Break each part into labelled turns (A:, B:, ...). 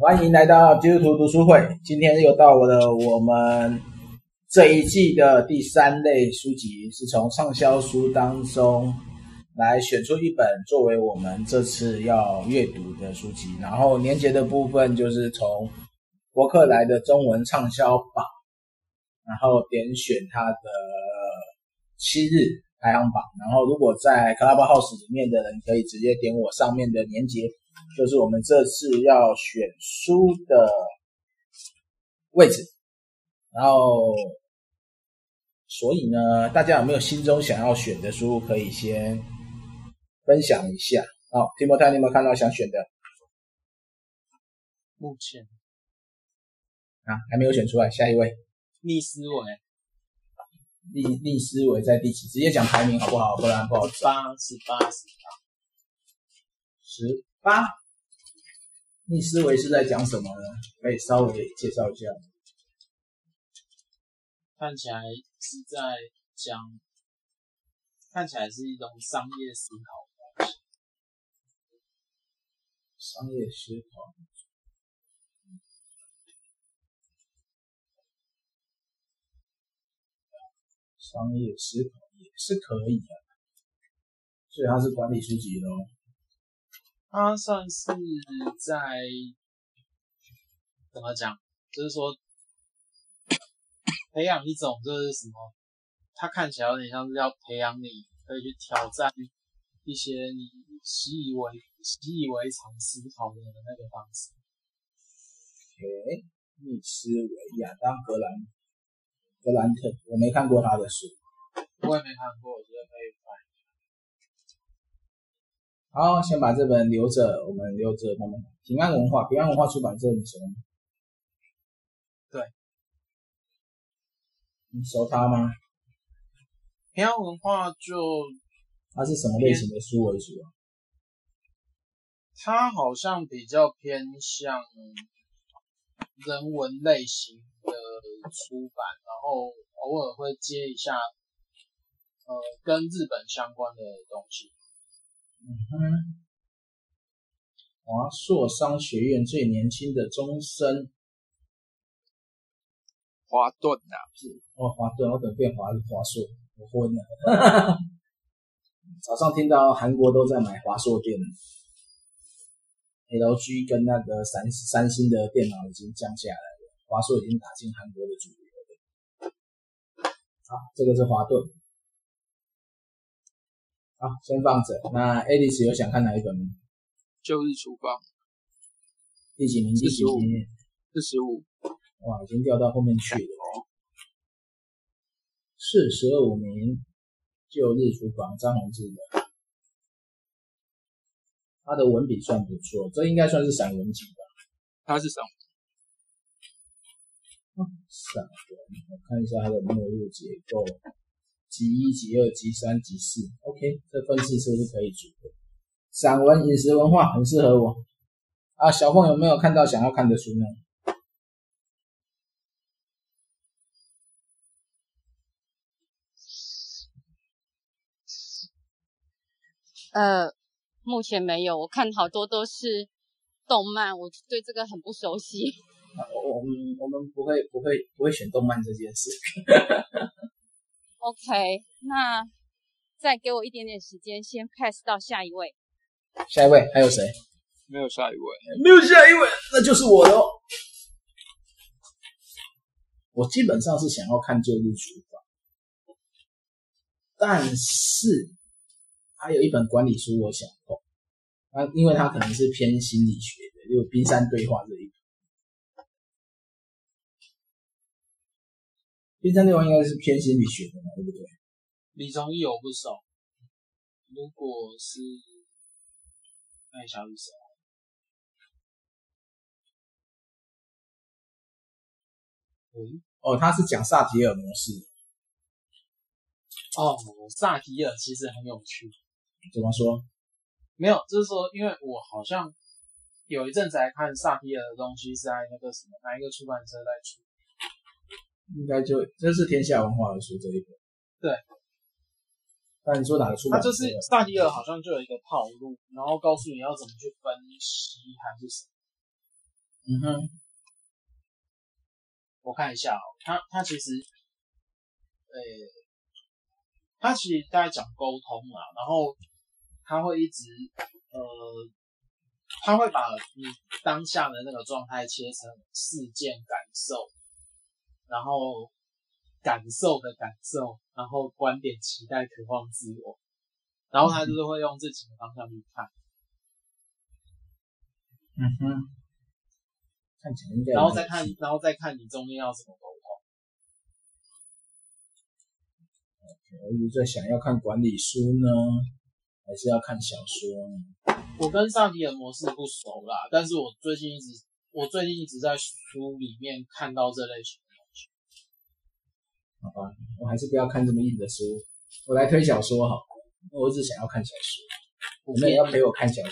A: 欢迎来到基督徒读书会。今天又到了我们这一季的第三类书籍，是从畅销书当中来选出一本作为我们这次要阅读的书籍。然后年节的部分就是从博客来的中文畅销榜，然后点选它的七日排行榜。然后如果在 Clubhouse 里面的人可以直接点我上面的年节。就是我们这次要选书的位置，然后，所以呢，大家有没有心中想要选的书，可以先分享一下。好、哦，提莫泰，你有没有看到想选的
B: 目前
A: 啊？还没有选出来，下一位
B: 逆思维
A: 逆逆思维在第几？直接讲排名好不好？不然不好找。
B: 八十八十
A: 十。八，逆思维是在讲什么呢？可以稍微介绍一下。
B: 看起来是在讲，看起来是一种商业思考的东西。
A: 商业思考。商业思考也是可以的、啊，所以它是管理书籍喽。
B: 它算是在怎么讲？就是说，培养一种就是什么？它看起来有点像是要培养你，可以去挑战一些你习以为习以为常思考的那个方式。
A: 诶、okay,，逆思维，亚当格兰格兰特，我没看过他的书，
B: 我也没看过，我觉得可以翻。
A: 好，先把这本留着，我们留着慢慢看。平安文化，平安文化出版社你熟吗？
B: 对，
A: 你熟它吗？
B: 平安文化就
A: 它是什么类型的书为主啊？
B: 它好像比较偏向人文类型的出版，然后偶尔会接一下呃跟日本相关的东西。
A: 嗯哼，华硕商学院最年轻的终身，
C: 华顿啊呐，
A: 是哦，华顿，我怎么变华华硕？我昏了。 早上听到韩国都在买华硕电，LG 跟那个三三星的电脑已经降下来了，华硕已经打进韩国的主流了。好，这个是华顿。好，先放着。那 Alice 有想看哪一本吗？
C: 旧日厨房
A: 第几名？第
C: 十五，四十五。
A: 哇，已经掉到后面去了。哦四十五名，旧日厨房张宏志的，他的文笔算不错，这应该算是散文集吧？
C: 他是散
A: 文、哦。散文，我看一下他的末日结构。集一、集二、集三、集四，OK，这份次数是可以组的。散文、饮食文化很适合我。啊，小凤有没有看到想要看的书呢？
D: 呃，目前没有，我看好多都是动漫，我对这个很不熟悉。
A: 啊、我我们我们不会不会不会选动漫这件事。
D: OK，那再给我一点点时间，先 pass 到下一位。
A: 下一位还有谁？
C: 没有下一位，
A: 没有下一位，那就是我哦喽。我基本上是想要看《旧日厨房》，但是还有一本管理书我想碰，啊，因为它可能是偏心理学的，就《冰山对话》这一本。第三地方应该是偏心理学的嘛，对不对？
B: 李宗义我不熟，如果是那小雨谁？
A: 嗯，哦，他是讲萨提尔模式。
B: 哦，萨提尔其实很有趣。
A: 怎么说？
B: 没有，就是说，因为我好像有一阵子来看萨提尔的东西，是在那个什么哪一个出版社在出。
A: 应该就这是天下文化的书这一本，
B: 对。
A: 那你说哪个出版？
B: 它就是萨提尔好像就有一个套路，然后告诉你要怎么去分析还是什么。
A: 嗯嗯哼，
B: 我看一下哦，他他其实，呃、他其实在讲沟通嘛，然后他会一直呃，他会把你当下的那个状态切成事件感受，然后感受的感受，然后观点、期待、渴望、自我，然
C: 嗯
B: 后他就是会用自己的方向去看。
A: 嗯哼，看起来应该有
B: 然后再看，然后再看你中间要怎么沟通。
A: 我一直在想要看管理书呢，还是要看小说呢？
B: 我跟上帝的模式不熟啦，但是我最近一直，我最近一直在书里面看到这类型的东西。
A: 好吧，我还是不要看这么硬的书，我来推小说好了。我只想要看小说，
B: 不
A: 你们也要
B: 便
A: 陪
B: 利，
A: 我看小说。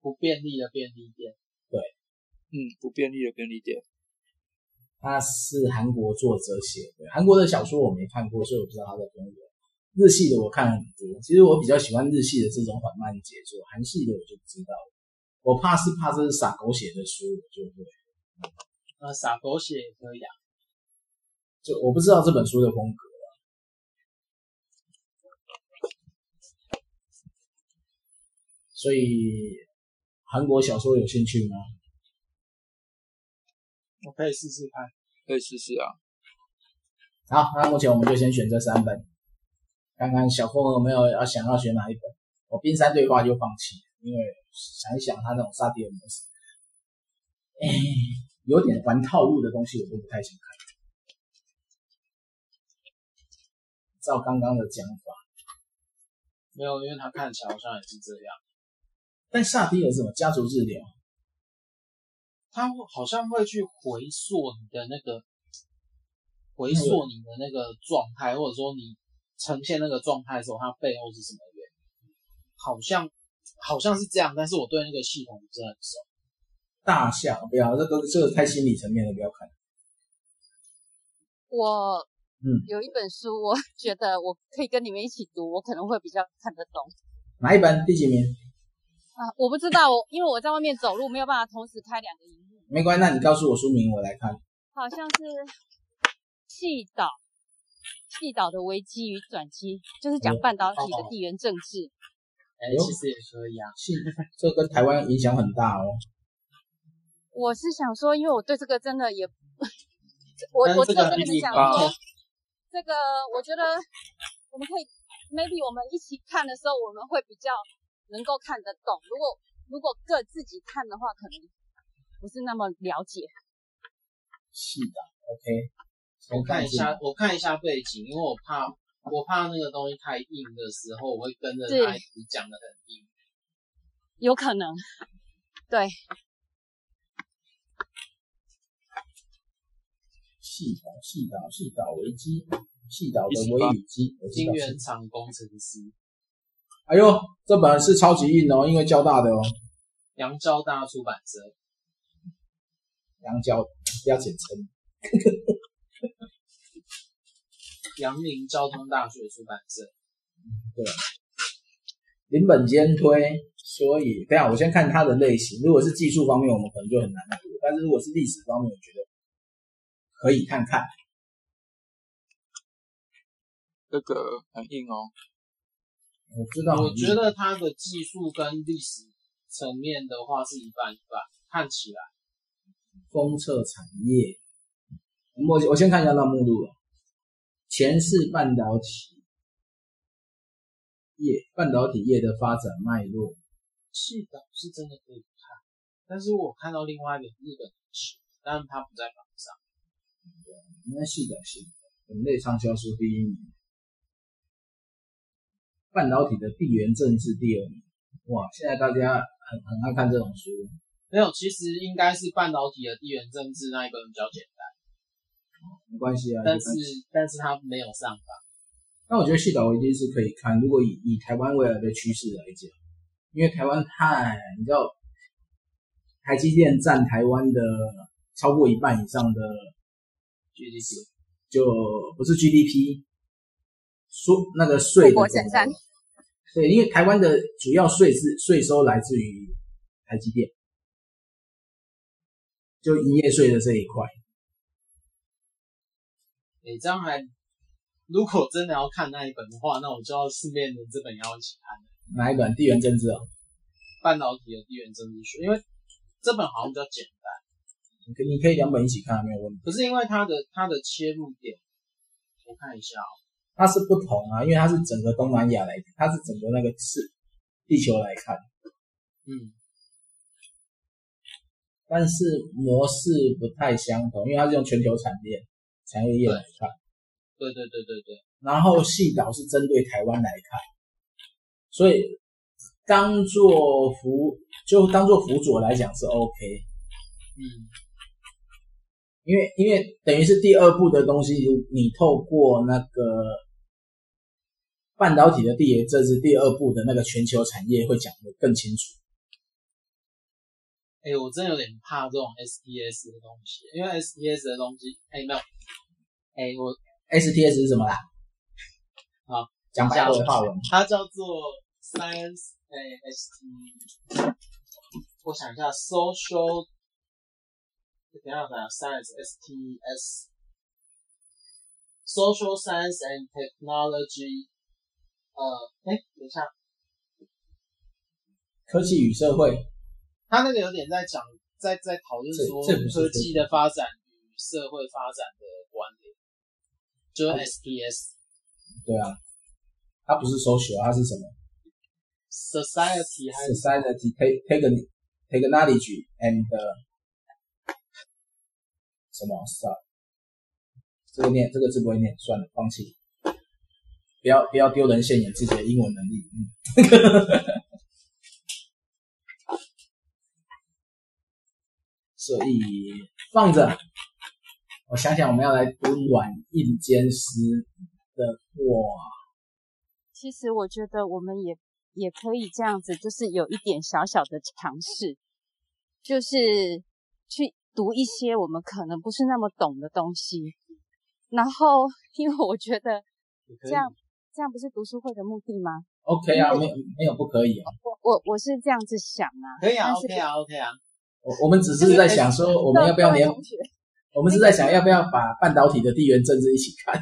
B: 不便利的便利店。
C: 嗯，不便利的便利店，
A: 它是韩国作者写的，韩国的小说我没看过，所以我不知道它的风格。日系的我看很多，其实我比较喜欢日系的这种缓慢节奏，韩系的我就不知道了。我怕是怕这是傻狗写的书，我就会
B: 那傻呃狗血也可以啊，
A: 就我不知道这本书的风格。啊所以韩国小说有兴趣吗？
B: 我可以试试看。
C: 可以试试啊。
A: 好，那目前我们就先选这三本，看看小凤有没有要想要选哪一本。我冰山对话就放弃，因为想一想他那种杀敌的模式，哎，有点玩套路的东西我都不太想看。照刚刚的讲法，
B: 没有，因为他看起来好像也是这样。
A: 但萨提尔是什么家族治疗？
B: 他会好像会去回溯你的那个，回溯你的那个状态，或者说你呈现那个状态的时候，它背后是什么原因？好像好像是这样，但是我对那个系统不是很熟。
A: 大象不要，这个这个太心理层面的，不要看。
D: 我
A: 嗯
D: 有一本书，我 觉得我可以跟你们一起读，我可能会比较看得懂
A: 哪一本？第几名？
D: 啊。我不知道，我因为我在外面走路，没有办法同时开两个荧幕，
A: 没关系，那你告诉我书名，我来看。
D: 好像是细岛。细岛的危机与转机，就是讲半导体的地缘政治。
B: 哎、
A: 呦
B: 其实也可以啊。
A: 是，这跟台湾影响很大哦。
D: 我是想说，因为我对这个真 的也，我
B: 但是
D: 我
B: 这
D: 只
B: 个
D: 有跟你们
B: 很
D: 讲
C: 硬吧
D: 说，这个我觉得我们可以，maybe 我们一起看的时候，我们会比较能够看得懂。如果如果各自己看的话，可能不是那么了解。
A: 是的，OK。
B: 我看一下，我看一下背景，因为我怕我怕那个东西太硬的时候，我会跟着
D: 对
B: 他一直讲的很硬。
D: 有可能，对，
A: 细岛、细岛、细岛危机、细岛
C: 一
A: 的
C: 起
A: 危
C: 吧
A: 与机，我知
B: 金
A: 道
B: 源
A: 是。
B: 厂工程师，
A: 哎呦，这本是超级硬哦，因为交大的哦，
B: 杨交大出版社，
A: 杨交不要简称。
B: 阳明交通大学出版社。
A: 林本坚推，所以等一下我先看它的类型。如果是技术方面，我们可能就很难读；但是如果是历史方面，我觉得可以看看。
C: 这个很硬哦，
A: 我知道很硬，
B: 我觉得它的技术跟历史层面的话是一半一半，看起来
A: 封测产业，嗯我我先看一下那目录啊，前世半导体业半导体业的发展脉络，
B: 是的，是真的可以看。但是我看到另外一本日本的书，但是它不在榜上。
A: 应该系的系人类畅销书第一名，半导体的地缘政治第二名，哇，现在大家很很爱看这种书，
B: 没有，其实应该是半导体的地缘政治那一本比较简单，
A: 没关系啊，
B: 但
A: 就是
B: 但是它没有上榜。
A: 但我觉得细岛危机是可以看，如果以以台湾未来的趋势来讲，因为台湾太，你知道，台积电占台湾的超过一半以上的，
B: GDP
A: 就不是 GDP，说那个税的
D: 富国
A: 总
D: 神
A: 额
D: 山
A: 对，因为台湾的主要税是税收来自于台积电，就营业税的这一块。
B: 你这样还，如果真的要看那一本的话，那我就要顺便连这本也要一起看《
A: 哪一本地缘政治哦？
B: 半导体的地缘政治学》，因为这本好像比较简单，
A: 你可你可以两本一起看，没有问题。
B: 可是因为它的它的切入点，我看一下哦，
A: 它是不同啊，因为它是整个东南亚来，它是整个那个是地球来看，
B: 嗯，
A: 但是模式不太相同，因为它是用全球产业产业链来看，
B: 对对对对对，
A: 然后细岛是针对台湾来看，所以当做辅就当做辅佐来讲是 OK，
B: 嗯，
A: 因为因为等于是第二步的东西，你透过那个半导体的地缘政治第二步的那个全球产业会讲得更清楚。
B: 哎、我真的有点怕这种 STS 的东西，因为 STS 的东西，哎、没有，哎、我
A: STS 是什么啦？
B: 好，
A: 啊讲白文化文，
B: 它叫做 Science 哎 ST，我想一下，Social，等一下等一下，Science STS。Social Science and Technology，呃，哎，等一下，
A: 科技与社会，
B: 他那个有点在讲，在在讨论
A: 这
B: 说
A: 这不是
B: 科技的发展与社会发展的关联，就是
A: 哦
B: STS
A: 对啊，它不是 social，它是什么
B: Society 还是
A: ？Society take take take knowledge and 什么 s 这个念这个字不会念，算了，放弃。不要不要丢人现眼自己的英文能力。嗯，所以放着，我想想，我们要来读软硬兼施的哇。
D: 其实我觉得我们也也可以这样子，就是有一点小小的尝试，就是去读一些我们可能不是那么懂的东西。然后，因为我觉得
B: 也可
D: 这
B: 以
D: 样这样不是读书会的目的吗？
A: OK 啊，没有没有不可以啊，
D: 我我我是这样子想啊，
B: 可以啊
D: 但是
B: ，OK 啊，OK 啊，
A: 我我们只是在想说，我们要不要连
D: 各位同学
A: 我们是在想要不要把半导体的地缘政治一起看？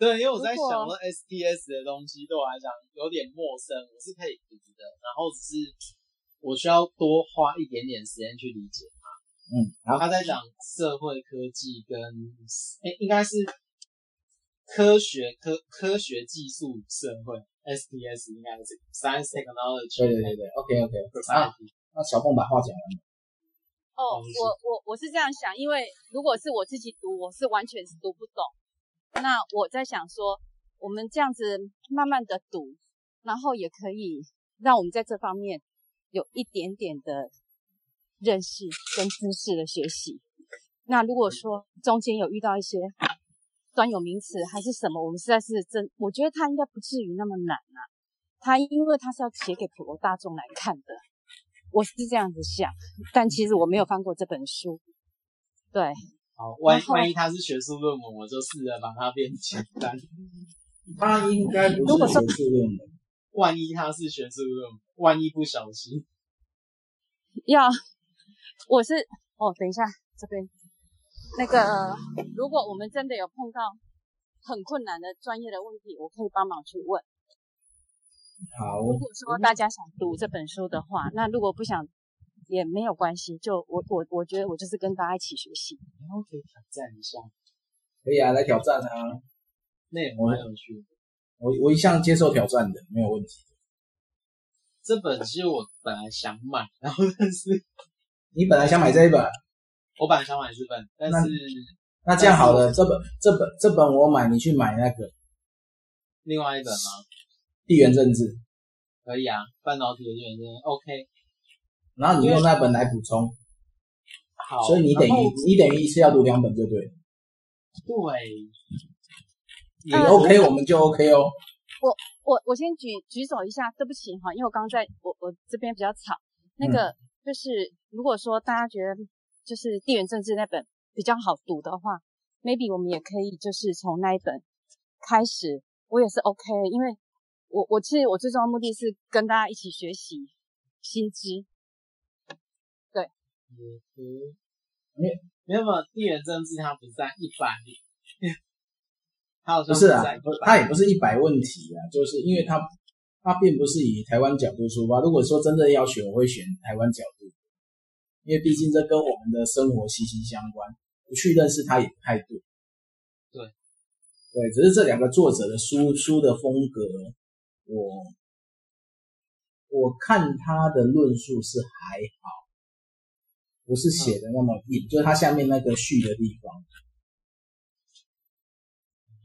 B: 对，因为我在想
D: 如
B: 说 STS 的东西对我来讲有点陌生，我是可以读的，然后只是我需要多花一点点时间去理解。
A: 嗯，好，
B: 他在讲社会科技跟诶、应该是科学科科学技术社会 STS 应该是 Science
A: 对对
B: Technology
A: 对对，OK OK，啊，
B: Society。
A: 那小凤把话讲完了，
D: 哦，
B: 方式
D: 我我我是这样想，因为如果是我自己读，我是完全是读不懂。那我在想说，我们这样子慢慢的读，然后也可以让我们在这方面有一点点的认识跟知识的学习。那如果说中间有遇到一些专有名词还是什么，我们实在是真，我觉得它应该不至于那么难啊。它因为它是要写给普罗大众来看的，我是这样子想。但其实我没有翻过这本书。对，
B: 好，万
D: 然后
B: 万一他是学术论文，我就试着把它变简单。
A: 他应该嗯不是学术论文，
B: 万一他是学术论文，万一不小心，
D: 要我是哦，等一下这边那个，如果我们真的有碰到很困难的专业的问题，我可以帮忙去问。
A: 好，
D: 如果说大家想读这本书的话，那如果不想也没有关系，就我我我觉得我就是跟大家一起学习。
B: 然后可以挑战一下，
A: 可以啊，来挑战啊，
B: 那也蛮有趣的。
A: 我我一向接受挑战的，没有问题。
B: 这本其实我本来想买，然后但是
A: 你本来想买这一本，
B: 我本来想买这本，但是
A: 那这样好了，这本这本这本我买，你去买那个
B: 另外一本嘛，
A: 地缘政治，
B: 可以啊，半导体的原因 OK。
A: 然后你用那本来补充，
B: 好，
A: 所以你等于
B: 然后
A: 你等于一次要读两本就对了。
B: 对，
A: 你
D: 嗯
A: OK 我们就 OK 哦，
D: 我我先举举手一下，对不起哈，因为我刚刚在我我这边比较吵。那
A: 嗯
D: 个就是，如果说大家觉得就是地缘政治那本比较好读的话，maybe 我们也可以就是从那一本开始，我也是 OK，因为我我其实我最重要的目的是跟大家一起学习新知。
B: 也可以嗯没有没有，地缘政治它不在一百， 它好
A: 不
B: 像
A: 是啊
B: 在一，
A: 不
B: 百，
A: 它也不是一百问题啊，就是因为它它并不是以台湾角度出发。如果说真的要选，我会选台湾角度，因为毕竟这跟我们的生活息息相关，不去认识它也不太对。
B: 对，
A: 对，只是这两个作者的书书的风格，我我看他的论述是还好，不是写的那么硬，
B: 嗯
A: 就是他下面那个序的地方。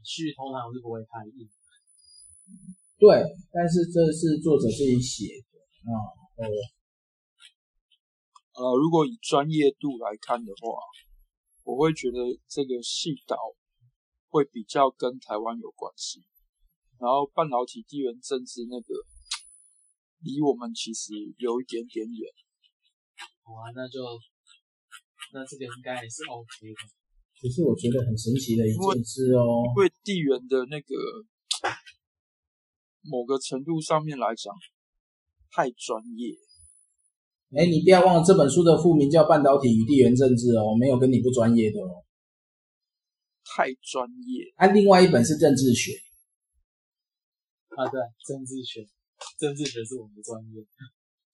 B: 去通常是不会太硬。
A: 对，但是这是作者自己写的啊、哦，
C: 呃，如果以专业度来看的话，我会觉得这个细岛会比较跟台湾有关系。然后半导体地缘政治那个离我们其实有一点点远，
B: 好啊，那就那这个应该也是 OK 的。
A: 只是我觉得很神奇的一件事哦。
C: 因为地缘的那个某个程度上面来讲太专业。
A: 哎，你不要忘了这本书的副名叫《半导体与地缘政治》哦，没有跟你不专业的哦。
C: 太专业，
A: 啊，另外一本是政治学，
B: 啊，对，政治学，政治学是我们的专业。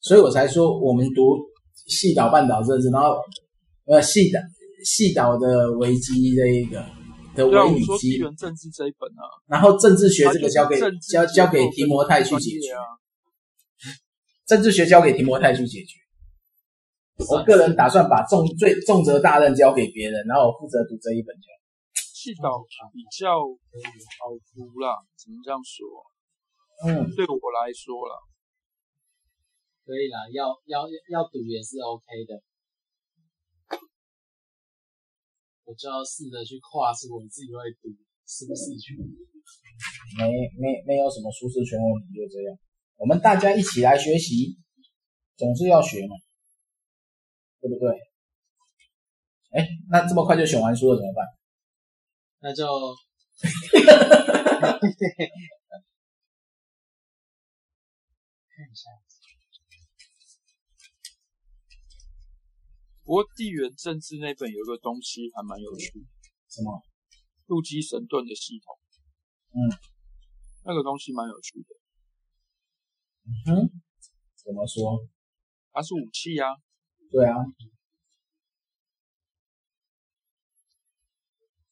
A: 所以我才说我们读细岛半岛政治，然后呃细岛细岛的危机这一个的
C: 对啊，
A: 微
C: 我
A: 雨
C: 说地
A: 机，
C: 缘政治这一本啊，
A: 然后政治学这
C: 它就
A: 个
C: 是
A: 交给
C: 政治
A: 交
C: 结
A: 交
C: 构
A: 给
C: 跟
A: 提摩太去
C: 专
A: 解
C: 业
A: 决，
C: 啊。
A: 政治学交给提摩太去解决。我个人打算把重最重责大任交给别人，然后我负责读这一本就好。
C: 细岛比较嗯好读啦，只能这样说。
A: 嗯，
C: 对我来说啦，
B: 可以啦，要要要赌也是 OK 的。我就要试着去跨出我自己会赌舒适区。
A: 没没没有什么舒适圈问题，就这样。我们大家一起来学习，总是要学嘛，对不对？哎，那这么快就选完书了怎么办？
B: 那就看一下，
C: 不过地缘政治那本有个东西还蛮有趣的，
A: 什么？
C: 路基神盾的系统，
A: 嗯，
C: 那个东西蛮有趣的，
A: 嗯，怎么说？
C: 它是武器啊，
A: 对啊，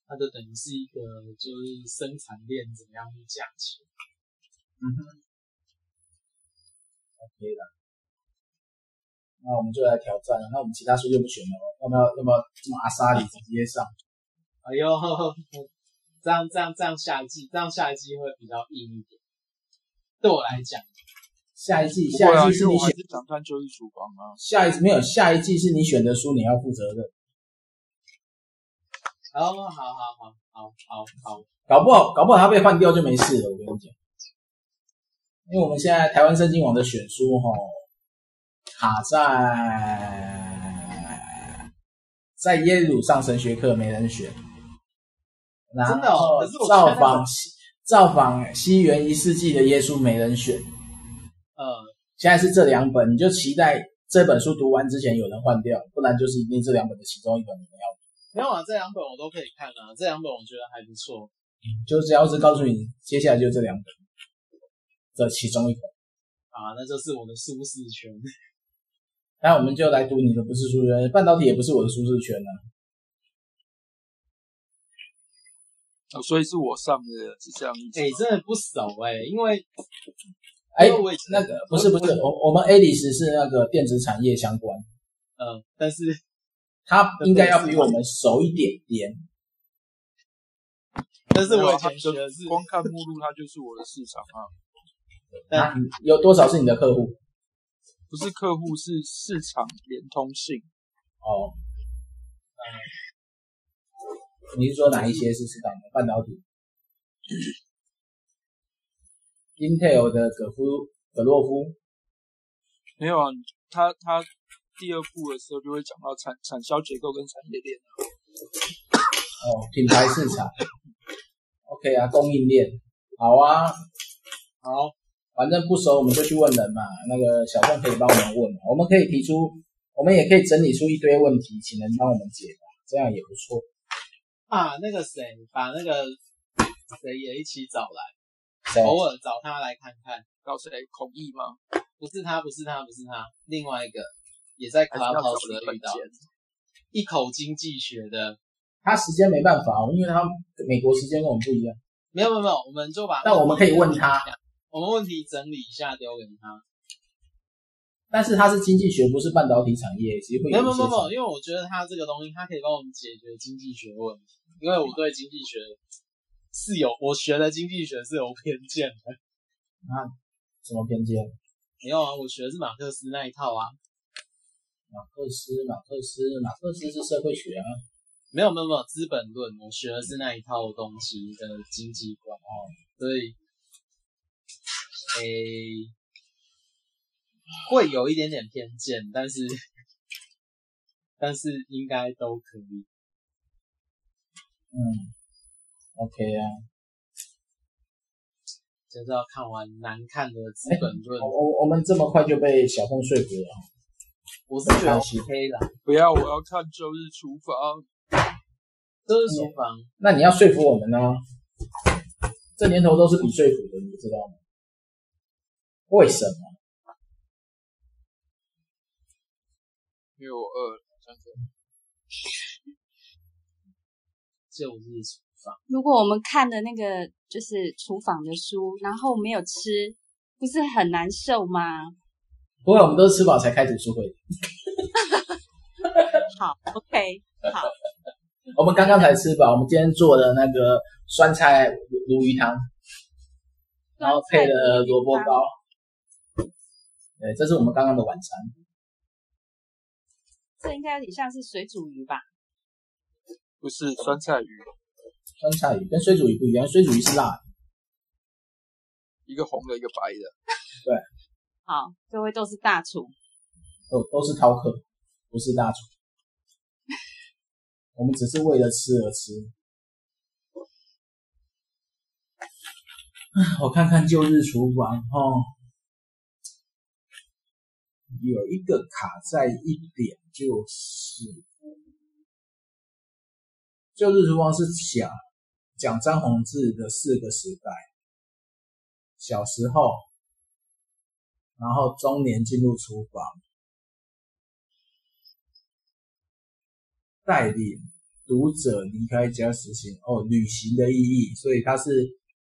B: 它就等于是一个就是生产链怎么样去架起来。
A: 那我们就来挑战了。那我们其他书就不选了，哦要不要？要不要这么阿莎里直接上？
B: 哎呦， 这样这样这样下一季，这样下一季会比较硬一点。对我来讲，
A: 下一季，
C: 不
A: 下
C: 过啊，
A: 一季
C: 因
A: 是你
C: 为我还
A: 选，
C: 是想看《旧日厨房》啊，
A: 下一没有下一季是你选的书，你要负责任。
B: 哦，好好好好好好，
A: 搞不好，搞不好他被换掉就没事了。我跟你讲，因为我们现在台湾圣经网的选书哈、卡在在耶鲁上神学课没人选，然
B: 真的哦
A: 后
B: 可是我
A: 造
B: 看那
A: 访
B: 个
A: 西造访西元一世纪的耶稣没人选，
B: 呃，
A: 现在是这两本，你就期待这本书读完之前有人换掉，不然就是一定这两本的其中一本你们要
B: 没有啊，这两本我都可以看啊，这两本我觉得还不错。
A: 就只要是告诉你，接下来就这两本，这其中一本。
B: 啊，那就是我的舒适圈。
A: 那我们就来读你的不是舒适圈，半导体也不是我的舒适圈呢、
C: 呃所以是我上的，是这样意思
B: 哎、
C: 吗。
B: 真的不熟哎、因为
A: 哎
B: 因为我以前
A: 那个不是不是，我我们 Alice 是那个电子产业相关，
B: 呃，但是
A: 他应该要比我们熟一点点。
B: 但是我以
C: 他
B: 前学的是，
C: 光看目录，它就是我的市场啊，
B: 但
A: 有多少是你的客户？
C: 不是客户，是市场连通性。
A: 哦，呃你是说哪一些是市场的半导体？Intel 的葛夫葛洛夫，
C: 没有啊，他他第二部的时候就会讲到产产销结构跟产业链。啊
A: 哦，品牌市场，OK 啊，供应链，好啊，
B: 好，
A: 反正不熟我们就去问人嘛。那个小宋可以帮我们问嘛，我们可以提出我们也可以整理出一堆问题，请人帮我们解答，这样也不错。
B: 啊，那个谁，把那个谁也一起找来，
A: 谁？
B: 偶尔找他来看看。
C: 到谁孔毅吗？
B: 不是他，不是他，不是他，另外一个也在
C: 还是要找
B: Clubhouse
C: 李
B: 的
C: 本
B: 遇到
C: 坚，
B: 一口经济学的，
A: 他时间没办法，哦因为他美国时间跟我们不一样。
B: 没有没有没有，我们就把
A: 但我们可以问他，
B: 我们问题整理一下丢给他。
A: 但是它是经济学，不是半导体产业，其实会
B: 没有
A: 有一
B: 没有
A: 些
B: 没有没有，因为我觉得他这个东西，他可以帮我们解决经济学问题，因为我对经济学是有我学的经济学是有偏见的。
A: 什么偏见。
B: 没有啊，我学的是马克思那一套啊。
A: 马克思，马克思，马克思是社会学啊。
B: 没有没有没有，《资本论》我学的是那一套东西的经济观哦，所以，诶、会有一点点偏见，但是，但是应该都可以。
A: 嗯，OK 啊。
B: 就是要看完难看的《资本
A: 我》
B: 论
C: 哎
A: 我我们这么快就被小凤说服了啊，
B: 我是觉得 OK 啦，
C: 不要，我要看《周日厨房》。
B: 都是书房，
C: 嗯
A: 那你要说服我们呢、这年头都是比说服的，你知道吗？为什么？
C: 因为我饿了，真的。
B: 就是书房。
D: 如果我们看的那个就是厨房的书，然后没有吃，不是很难受吗？
A: 不过我们都是吃饱才开读书会的，
D: 好，OK，好，
A: 我们刚刚才吃饱，我们今天做的那个酸菜鲈鱼汤，然后配了萝卜糕。对，这是我们刚刚的晚餐。
D: 这应该有点像是水煮鱼吧？
C: 不是酸菜鱼，
A: 酸菜鱼跟水煮鱼不一样，水煮鱼是辣的。
C: 一个红的，一个白的。
D: 好，各位都是大厨，
A: 都都是饕客，不是大厨。我们只是为了吃而吃。唉我看看旧日厨房哦，有一个卡在一点，就是旧日厨房是讲讲张宏志的四个时代，小时候，然后中年进入厨房。带领读者离开家实行哦旅行的意义，所以它是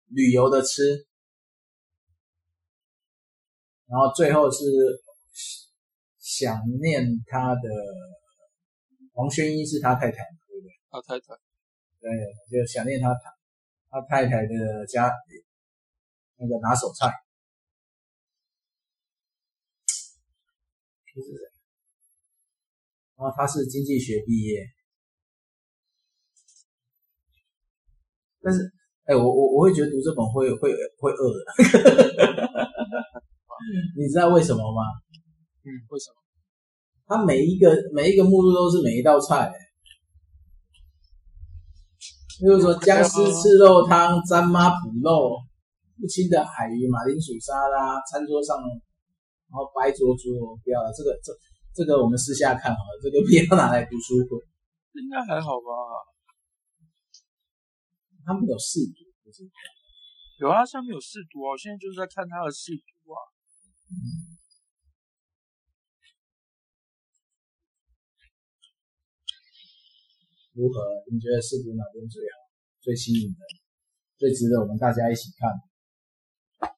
A: 旅游的吃，然后最后是想念他的黄轩一是他太太，
C: 他太太，
A: 对，就想念他他太太的家那个拿手菜，就是然后他是经济学毕业，但是哎、我我我会觉得读这本会会会饿的， 你知道为什么吗？
C: 嗯，为什么？
A: 它每一个每一个目录都是每一道菜、欸比如说僵尸
C: 啊
A: 吃肉汤、沾妈补肉、不清的海鱼、马铃薯沙拉，餐桌上，然后白灼灼，不要了，这个这这个我们私下看好了，这个不要拿来读书会，
C: 应该还好吧？
A: 他们有试读，就是
C: 有啊，上面有试读啊，我现在就是在看他的试读啊。
A: 如何？你觉得试读哪边最好、最吸引人、最值得我们大家一起看？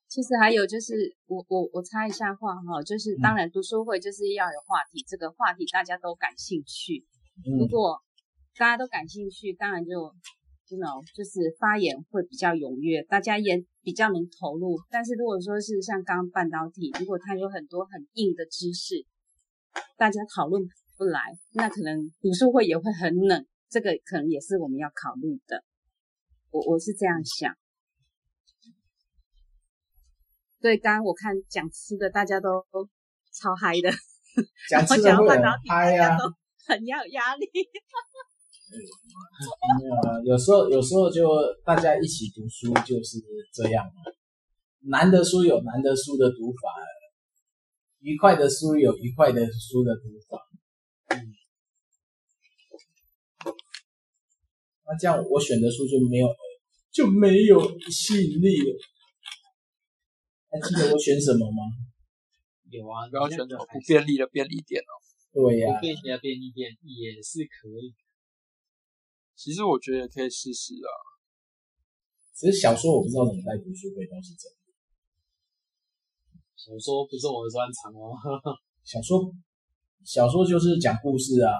D: 其实还有就是，我我我插一下话哈，就是当然读书会就是要有话题，这个话题大家都感兴趣。如
A: 嗯，
D: 果大家都感兴趣，当然就 you know 就是发言会比较踊跃，大家也比较能投入。但是如果说是像刚刚半导体，如果它有很多很硬的知识，大家讨论不来，那可能读书会也会很冷，这个可能也是我们要考虑的。我我是这样想。对，刚刚我看讲吃的，大家都都超嗨的，
A: 讲啊吃的
D: 讲到
A: 会
D: 半
A: 很
D: 导体，大
A: 嗨
D: 家
A: 呀、
D: 都很要有压力。
A: 没有啊，有时候有时候就大家一起读书就是这样嘛。难的书有难的书的读法，愉快的书有愉快的书的读法，嗯那这样我选的书就没有就没有吸引力了。还记得我选什么吗？
B: 有啊，
C: 不要
B: 你
C: 选
B: 那
C: 什
B: 个
C: 么
B: 还
C: 不
B: 是
C: 便利的便利店哦。
A: 对呀、
B: 不便利的便利店也是可以。
C: 其实我觉得也可以试试啊。
A: 只是小说我不知道怎么带读书会，倒是真的。
B: 小说不是我的专长哦，
A: 小说小说就是讲故事啊，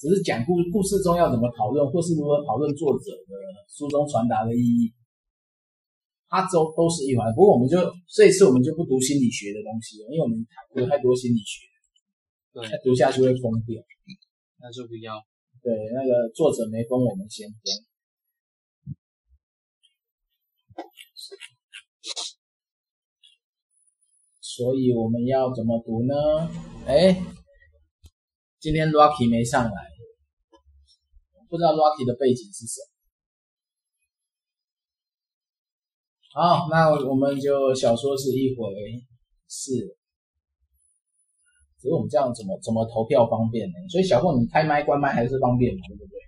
A: 只是讲故故事中要怎么讨论，或是如何讨论作者的书中传达的意义，它都都是一环。不过我们就这一次我们就不读心理学的东西了，因为我们读太多心理学，
B: 对
A: 再读下去会疯掉。
B: 那就不要。
A: 对，那个作者没疯，我们先疯。所以我们要怎么读呢？哎，今天 Rocky 没上来，不知道 Rocky 的背景是什么。好，那我们就小说是一回事，只是我们这样怎么怎么投票方便呢？所以小凤，你开麦关麦还是方便嘛，对不对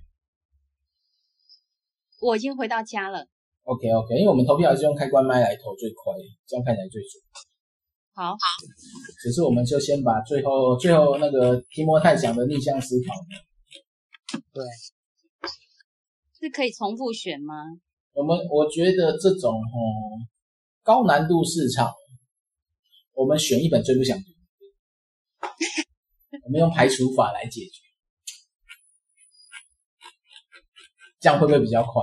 D: 我已经回到家了。
A: ？OK OK，因为我们投票还是用开关麦来投最快，这样看起来最准。
D: 好，
A: 只是我们就先把最后最后那个提摩太讲的逆向思考呢，
D: 是可以重复选吗？
A: 我们我觉得这种哦高难度市场，我们选一本最不想读的，我们用排除法来解决，这样会不会比较快？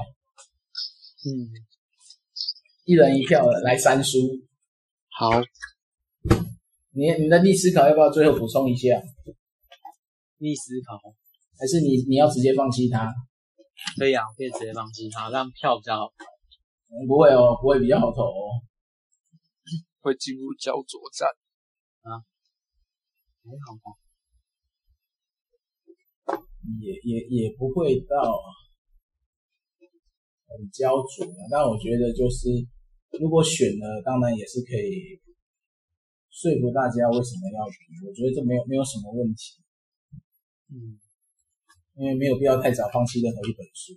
B: 嗯，
A: 一人一票来三书，
B: 好，
A: 你你的逆思考要不要最后补充一下？
B: 逆思考哦
A: 还是你你要直接放弃它？
B: 可以啊，可以直接放弃它，让票比较好。
A: 嗯不会哦，不会比较好投哦。
C: 会进入焦灼战。
B: 还好吧，
A: 也也也不会到很焦灼啊。但我觉得就是，如果选了，当然也是可以说服大家为什么要比。我觉得这没有没有什么问题，
B: 嗯，
A: 因为没有必要太早放弃任何一本书。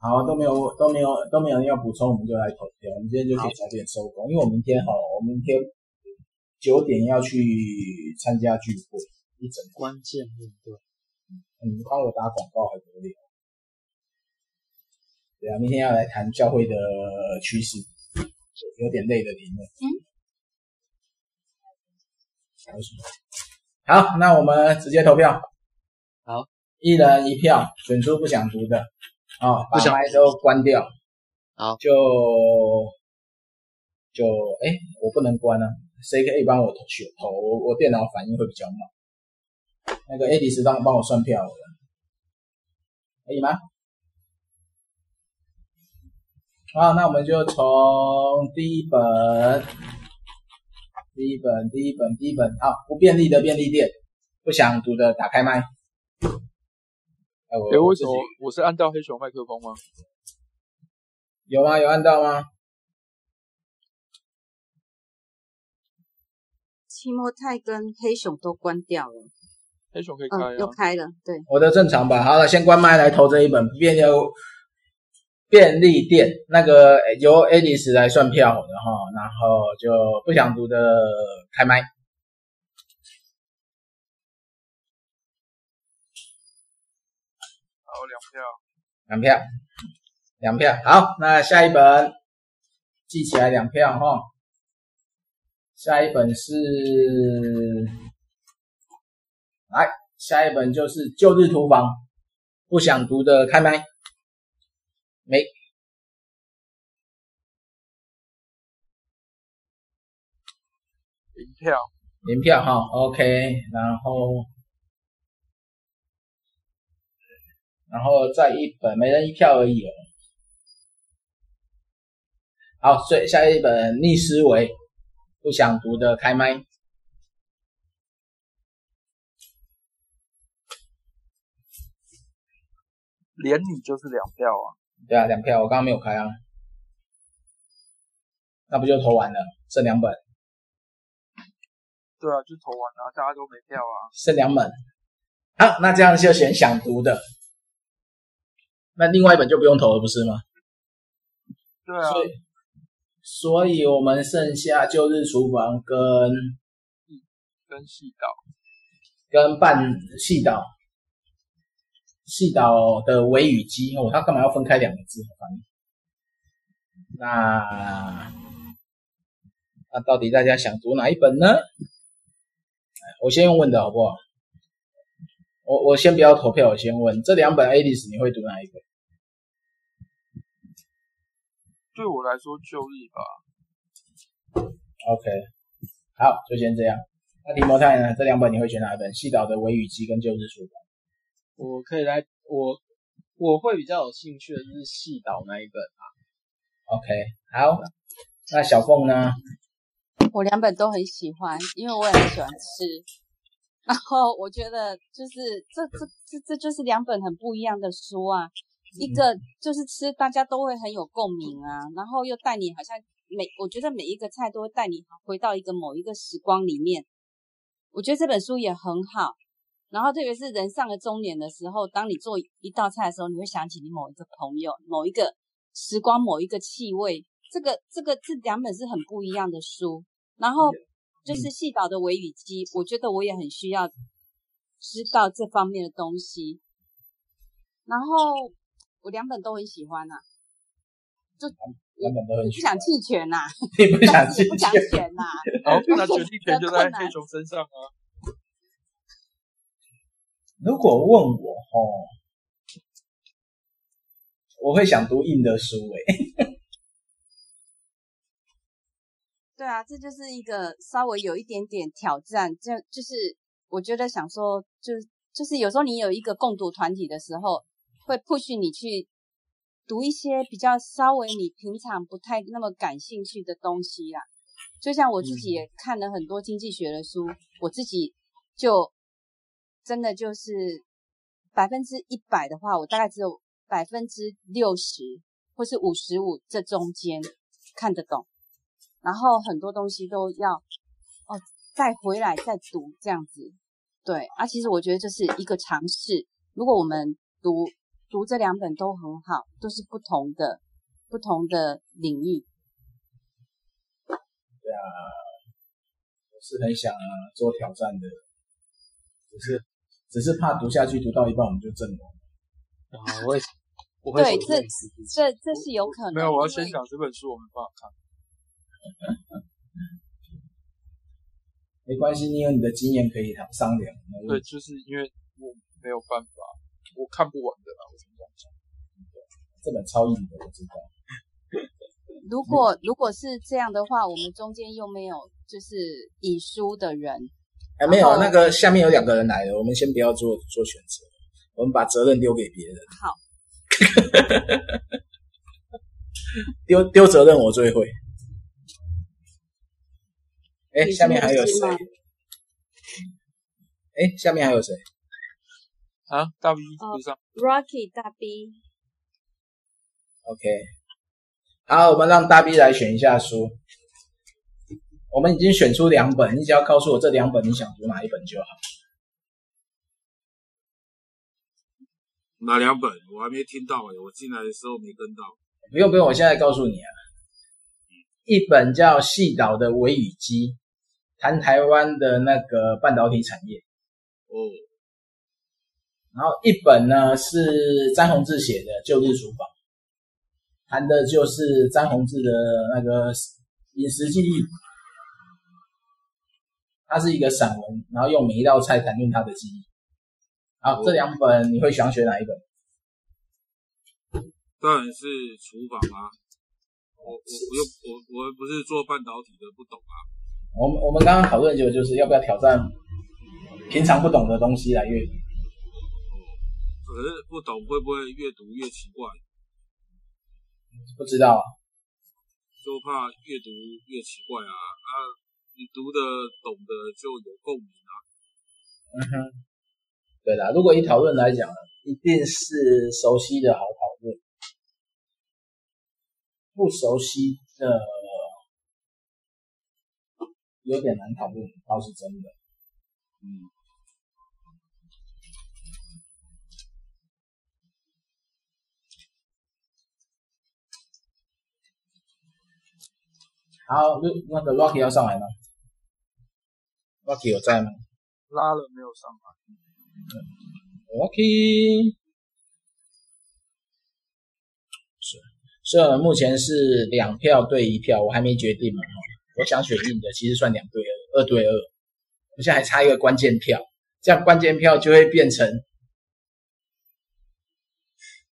A: 好，都没有都没有都没有人要补充，我们就来投票。我们今天就可以早点收工，因为我明天哈，我明天九点要去参加聚会，一整
B: 关键面对，
A: 你帮我打广告还得了？啊对啊，明天要来谈教会的趋势，有点累的题目。
D: 嗯
A: 还有什么。好，那我们直接投票。
B: 好，
A: 一人一票，选出不想读的。哦，把
B: 不想
A: 麦都关掉。
B: 好，
A: 就就哎，我不能关啊，谁可以帮我投选投？我我电脑反应会比较慢。那个 AD 适当帮我算票了，可以吗？好，那我们就从第一本，第一本，第一本，第一本，好，不便利的便利店，不想读的打开麦。哎，我
C: 诶、为
A: 自
C: 什
A: 己
C: 么哦我是按到黑熊麦克风吗？
A: 有吗？有按到吗？
D: 期末泰跟黑熊都关掉了，
C: 黑熊可以开
D: 嗯，
C: 啊。
D: 又开了，对，
A: 我的正常版。好了，先关麦来投这一本便利便利店，那个呃由 Alice 来算票，然后然后就不想读的开麦。
C: 好，两票。
A: 两票，两票。好，那下一本记起来两票哈。下一本是，来，下一本就是《旧日厨房》，不想读的开麦。没，
C: 零票。
A: 零票哈，OK，然后，然后再一本，每人一票而已哦。好，所以下一本逆思维，不想读的开麦。
C: 连你就是两票啊。
A: 对啊，两票，我刚刚没有开啊，那不就投完了，剩两本。
C: 对啊，就投完啊，大家都没票啊。
A: 剩两本。好，那这样就选想读的，那另外一本就不用投了，不是吗？
C: 对啊，
A: 所以，所以我们剩下旧日厨房跟
C: 跟细岛
A: 跟半细岛，细岛的维语机哦，它干嘛要分开两个字？反正那那到底大家想读哪一本呢？哎我先用问的好不好？我我先不要投票，我先问这两本 Alice 你会读哪一本？
C: 对我来说旧日吧，
A: OK，好，就先这样。那提摩太呢？这两本你会选哪一本？细岛的《微雨季》跟《旧日书》吧。
B: 我可以来，我我会比较有兴趣的就是细岛那一本啊，
A: OK，好。那小凤呢？
D: 我两本都很喜欢，因为我也很喜欢吃。然后我觉得就是这这这这就是两本很不一样的书啊，一个就是吃大家都会很有共鸣啊，然后又带你好像每我觉得每一个菜都会带你回到一个某一个时光里面。我觉得这本书也很好，然后特别是人上了中年的时候，当你做一道菜的时候，你会想起你某一个朋友、某一个时光、某一个气味。这个这个这两本是很不一样的书。然后
A: 嗯
D: 就是细岛的维语机，我觉得我也很需要知道这方面的东西。然后我两本都很喜欢呐、啊，
A: 两本都很
D: 不
A: 喜
D: 想弃权呐、
A: 欢， 你不想
D: 但是
A: 进
D: 也不想
A: 去？
D: 选呐、
C: 然后哦那决定权就在
D: 困难
C: 黑熊身上啊。
A: 如果问我哦，我会想读硬的书欸诶、
D: 对啊，这就是一个稍微有一点点挑战，这就是我觉得想说，就是就是有时候你有一个共读团体的时候，会 push 你去读一些比较稍微你平常不太那么感兴趣的东西啊。就像我自己也看了很多经济学的书，我自己就真的就是百分之一百的话，我大概只有百分之六十或是五十五这中间看得懂。然后很多东西都要哦再回来再读这样子。对啊，其实我觉得这是一个尝试。如果我们读读这两本都很好，都是不同的不同的领域。
A: 我是很想啊做挑战的，只是只是怕读下去读到一半我们就阵亡。
B: 啊，我也我会
D: 对
B: 想
D: 这
B: 认识自己
D: 这这是有可能。
C: 没有，我要
D: 因为
C: 先讲这本书我没办法看。
A: 没关系，你有你的经验可以商商量。
B: 嗯
C: 对，就是因为我没有办法，我看不完的啦。我怎么讲讲？
A: 这本超硬的，我知道。
D: 如果如果是这样的话，我们中间又没有就是以书的人，
A: 哎，没有，
D: 然后
A: 那个下面有两个人来了，我们先不要做做选择，我们把责任丢给别人。
D: 好，
A: 丢丢责任我最会。哎，
D: 你是
A: 下面还有
D: 律师
A: 谁？
D: 吗
A: 哎，下面还有谁？
C: 啊，大 V 不上，
D: Rocky 大 B，
A: OK，好，我们让大 B 来选一下书。我们已经选出两本，你只要告诉我这两本你想读哪一本就好。
E: 哪两本？我还没听到哎、我进来的时候没跟到。
A: 不用不用，我现在告诉你啊，一本叫《细岛的微雨机》，谈台湾的那个半导体产业；
E: 哦，
A: 然后一本呢是詹宏志写的《旧日厨房》，谈的就是詹宏志的那个饮食记忆。它是一个散文，然后用每一道菜谈论他的记忆。好，这两本你会想选哪一本？
E: 当然是厨房啊。我我不用我我不是做半导体的，不懂啊。
A: 我们我们刚刚讨论就就是要不要挑战平常不懂的东西来阅读。
E: 可是不懂会不会越读越奇怪？
A: 不知道啊，
E: 就怕越读越奇怪啊啊！你读的懂的就有共鸣啊。
A: 嗯哼，对啦，如果以讨论来讲，啊一定是熟悉的好讨论，呃不熟悉的有点难讨论，倒是真的。嗯，好，那那个 Rocky 要上来吗？Rocky 有在吗
C: 拉了没有上来？
A: ？Rocky 是，这目前是两票对一票，我还没决定嘛。哈我想选硬的，其实算两对二，二对二。我现在还差一个关键票，这样关键票就会变成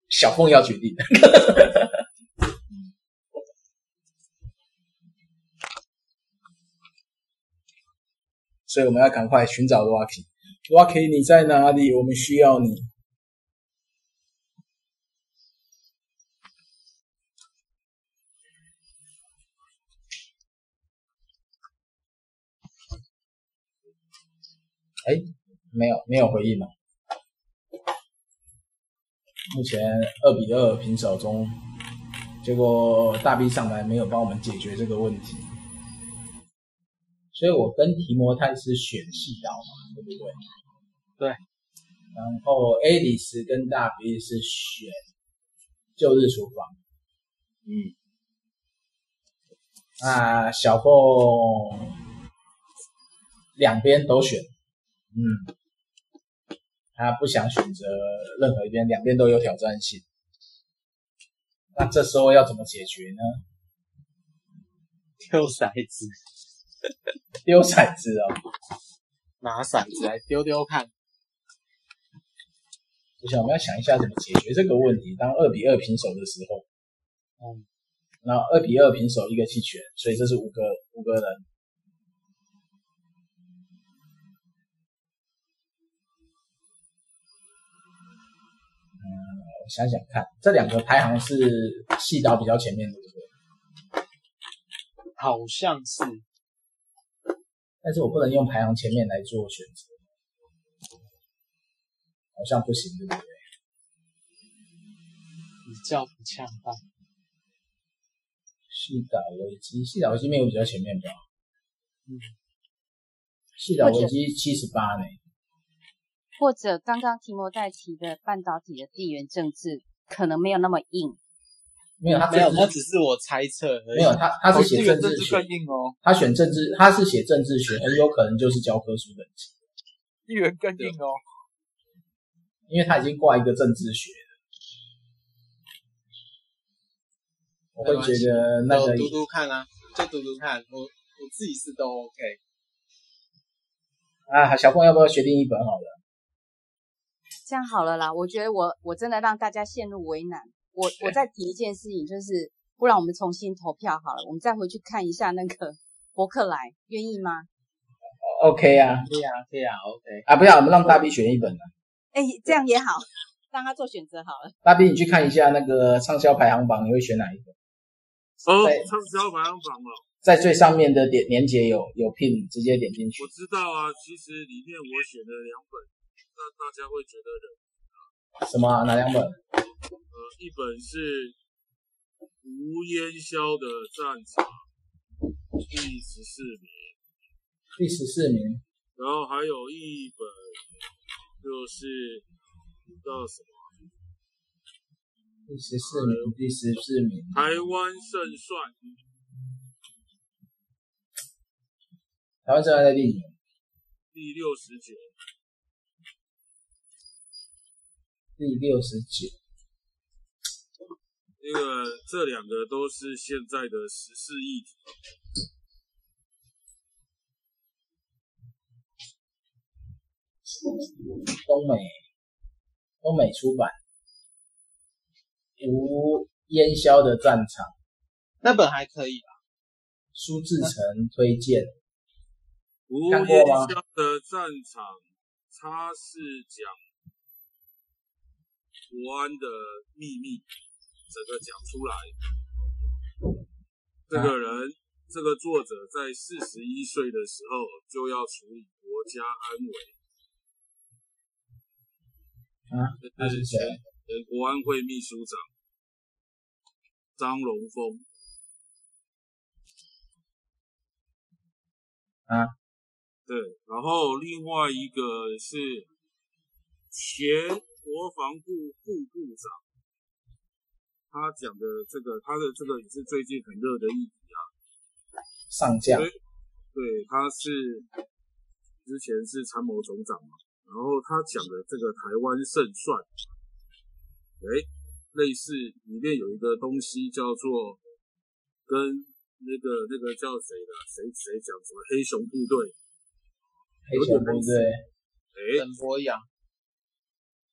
A: 小凤要决定。 所以我们要赶快寻找 Rocky。Rocky，你在哪里？我们需要你。哎，没有没有回应嘛。啊目前二比二平手中，结果大 B 上来没有帮我们解决这个问题，所以我跟提摩太是选细刀嘛，对不对？
B: 对。
A: 然后 A 里斯跟大 B 是选旧日厨房，嗯。那小凤两边都选，嗯，他不想选择任何一边，两边都有挑战性。那这时候要怎么解决呢？
B: 丢骰子，
A: 丢骰子哦，
B: 拿骰子来丢丢看。
A: 我想我们要想一下怎么解决这个问题。当二比二平手的时候，
B: 嗯，
A: 然后二比二平手一个弃权，所以这是五个五个人。嗯，我想想看，这两个排行是细刀比较前面，对不对？
B: 好像是
A: 但是我不能用排行前面来做选择，好像不行，对不对？
B: 比较不恰当。
A: 细岛危机，细岛危机没有比较前面吧？
B: 嗯，
A: 细岛
D: 或
A: 危
D: 者
A: 机七十八呢，
D: 或者刚刚提摩代提的半导体的地缘政治可能没有那么硬，
A: 没有，他
B: 没有，
A: 他
B: 那只是我猜测而已。
A: 没有，他他
C: 哦
A: 是写
C: 地缘
A: 政
C: 政
A: 治
C: 治
A: 学
C: 更，硬哦，
A: 他选政治，他是写政治学，很有可能就是教科书等级，
C: 地缘更
E: 啊
C: 硬哦。
A: 因为他已经挂一个政治学了。我会觉得那
B: 都
A: 个
B: 读读看啊，就读读看。我我自己是都 OK。
A: 啊，小凤要不要决定一本好了？
D: 这样好了啦。我觉得我我真的让大家陷入为难。我我再提一件事情，就是不然我们重新投票好了，我们再回去看一下那个 伯克莱，愿意吗？
A: ？OK 啊，
B: 对啊，对啊，OK。
A: 啊，不要，我们让大 B 选一本啊。
D: 哎，这样也好，让他做选择好了。
A: 大 B，你去看一下那个畅销排行榜，你会选哪一个？
E: 哦
A: 对，
E: 畅销排行榜哦，
A: 在最上面的点连接有有 pin，直接点进去
E: 我。知道啊。其实里面我选了两本，那大家会觉得冷。
A: 什么啊、哪两本？
E: 呃，一本是无烟消的战场，第十四名，
A: 第十四名，
E: 然后还有一本就是叫什么
A: 第十四名，第十四名。
E: 《台湾胜算》，
A: 台湾正在在第几名？
E: 第六十九。
A: 第六十九。
E: 那个这两个都是现在的时事议题，
A: 东美，东美出版，无烟消的战场，
B: 那本还可以吧？啊
A: 苏志成推荐。
E: 无
A: 看
E: 烟
A: 过吗
E: 消的战场，它是讲国安的秘密，整个讲出来。这
A: 啊
E: 个人，这个作者在四十一岁的时候就要处理国家安危，
A: 啊，
E: 这
A: 他
E: 是
A: 是谁
E: 前？前呃国安会秘书长张荣峰。
A: 啊，
E: 对，然后另外一个是前国防部副部长，他讲的这个，他的这个也是最近很热的议题啊。
A: 上将
E: 对对，他是之前是参谋总长嘛，然后他讲的这个台湾胜算，哎，类似里面有一个东西叫做跟那个那个叫谁的啊谁谁讲什么黑熊部队，
A: 黑熊部队
E: 哎，
B: 沈博啊阳，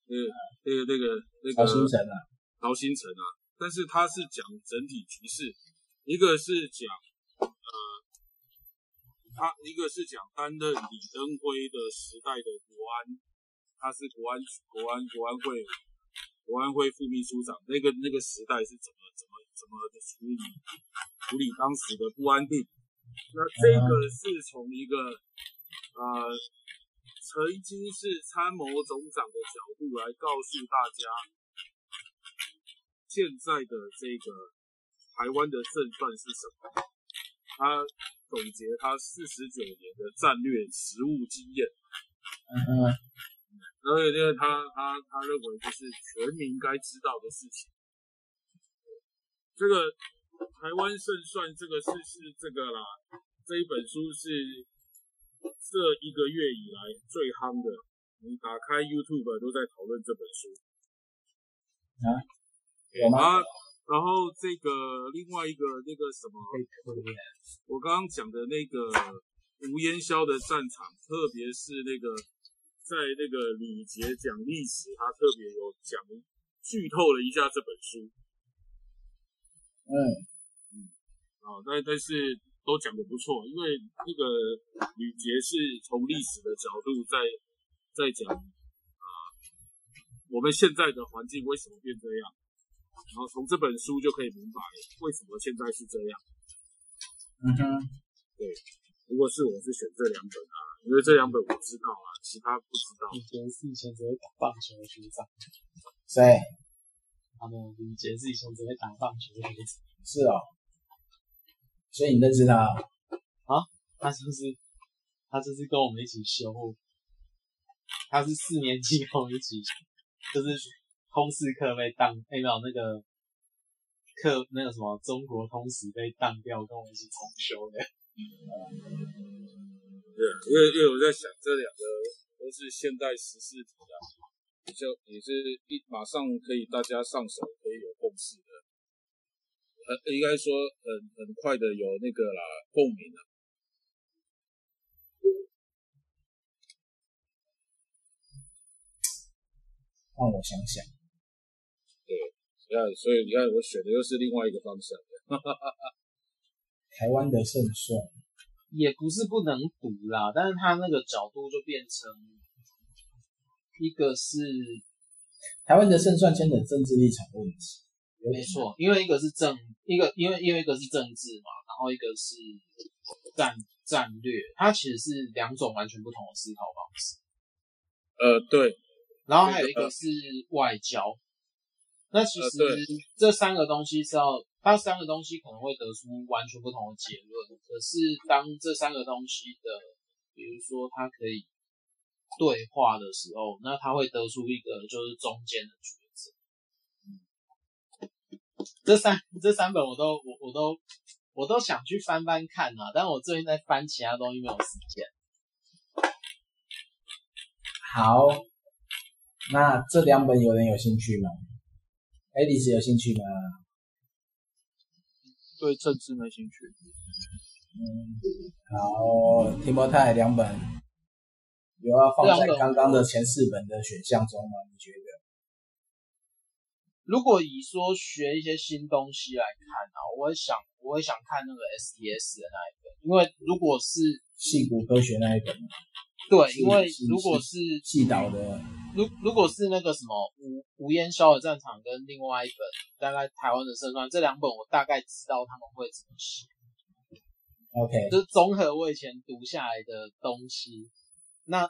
E: 那个那个那
A: 曹新
E: 个
A: 成啊，
E: 曹新成啊，但是他是讲整体局势，一个是讲呃，他一个是讲担任李登辉的时代的国安，他是国安国安国安会国安会副秘书长，那个那个时代是怎么怎么怎么的处理处理当时的不安定，那这个是从一个呃。曾经是参谋总长的角度来告诉大家，现在的这个台湾的胜算是什么？他总结他四十九年的战略实务经验，
A: 嗯哼，
E: 然后因为他他他认为这是全民该知道的事情。这个台湾胜算这个是是这个啦，这一本书是这一个月以来最夯的，你打开 YouTube 都在讨论这本书。
A: 有吗？
E: 啊，然后这个另外一个那个什么，我刚刚讲的那个无烟消的战场，特别是那个在那个李杰讲历史，他特别有讲剧透了一下这本书
A: 嗯，
E: 啊，但但是都讲的不错，因为那个李杰是从历史的角度在在讲啊，我们现在的环境为什么变这样。然后从这本书就可以明白为什么现在是这样。
A: 嗯哼，
E: 如果是我是选这两本啊，因为这两本我知道啊，其他不知道。
B: 李杰是以前只会打棒球的学长，
A: 谁？
B: 他没有，李杰是以前只会打棒球的学长，
A: 是哦，所以你认识他哦、
B: 他就是他就是跟我们一起修，他是四年级跟我们一起，就是通识课被当，哎、没有那个课那个什么中国通史被当掉，跟我们一起重修的。
E: 对，因为因为我在想这两个都是现代时事题啊，比较也是一马上可以大家上手可以有共识的，很应该说很很快的有那个啦共鸣啊。
A: 让我想想，
E: 你看，所以你看我选的又是另外一个方向。
A: 台湾的胜算，
B: 也不是不能读啦，但是他那个角度就变成一个是
A: 台湾的胜算牵扯政治立场问题，有
B: 没
A: 点
B: 错，因为一个是政，一个因为因为一个是政治嘛，然后一个是战战略，它其实是两种完全不同的思考方式。
E: 呃，对，
B: 然后还有一个是外交，那其实
E: 呃对
B: 这三个东西是要，它三个东西可能会得出完全不同的结论。可是当这三个东西的，比如说它可以对话的时候，那它会得出一个就是中间的抉择。这三这三本我都我我都我都想去翻翻看啊，但我最近在翻其他东西没有时间。
A: 好。那这两本有人有兴趣吗？爱丽丝有兴趣吗？
C: 对政治没兴趣。
A: 嗯，好，提摩太两本有要放在
B: 两本
A: 刚刚的前四本的选项中吗？你觉得？
B: 如果以说学一些新东西来看啊，我会想我会想看那个 STS 的那一个，因为如果是
A: 戏骨科学那一本吗，
B: 对，
A: 是
B: 因为
A: 是
B: 如果是
A: 戏导的
B: 如如果是那个什么无无烟消的战场跟另外一本大概台湾的胜算这两本，我大概知道他们会怎么写，
A: ，OK，
B: 就是综合我以前读下来的东西，那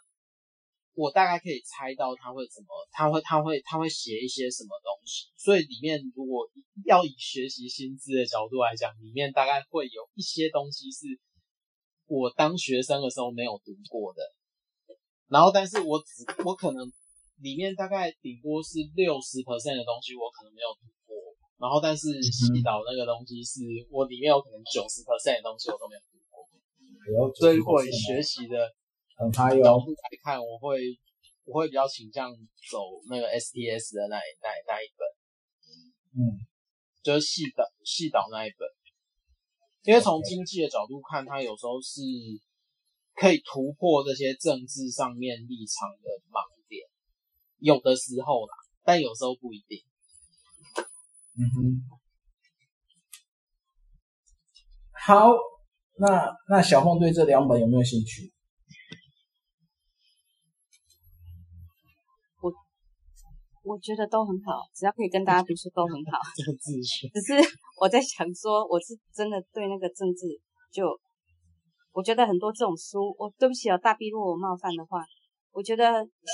B: 我大概可以猜到他会怎么，他会他会他会写一些什么东西，所以里面如果要以学习薪资的角度来讲，里面大概会有一些东西是我当学生的时候没有读过的，然后但是我只我可能里面大概顶多是六十 percent 的东西我可能没有读过，然后但是西岛那个东西是我里面有可能九十 percent 的东西我都没有读过，
A: 有
B: 所以如果以学习的
A: 很嗨哦
B: 角
A: 哟，
B: 度来看，我会我会比较倾向走那个 STS 的那一那一那一本，
A: 嗯，
B: 就是细导细导那一本，因为从经济的角度看，它有时候是可以突破这些政治上面立场的盲点，有的时候啦，但有时候不一定。
A: 嗯哼。好，那那小凤对这两本有没有兴趣？
D: 我觉得都很好，只要可以跟大家读书都很好。
B: 政治学，
D: 只是 我在想说，我是真的对那个政治就，我觉得很多这种书，我对不起哦，大 B，如果我冒犯的话，我觉得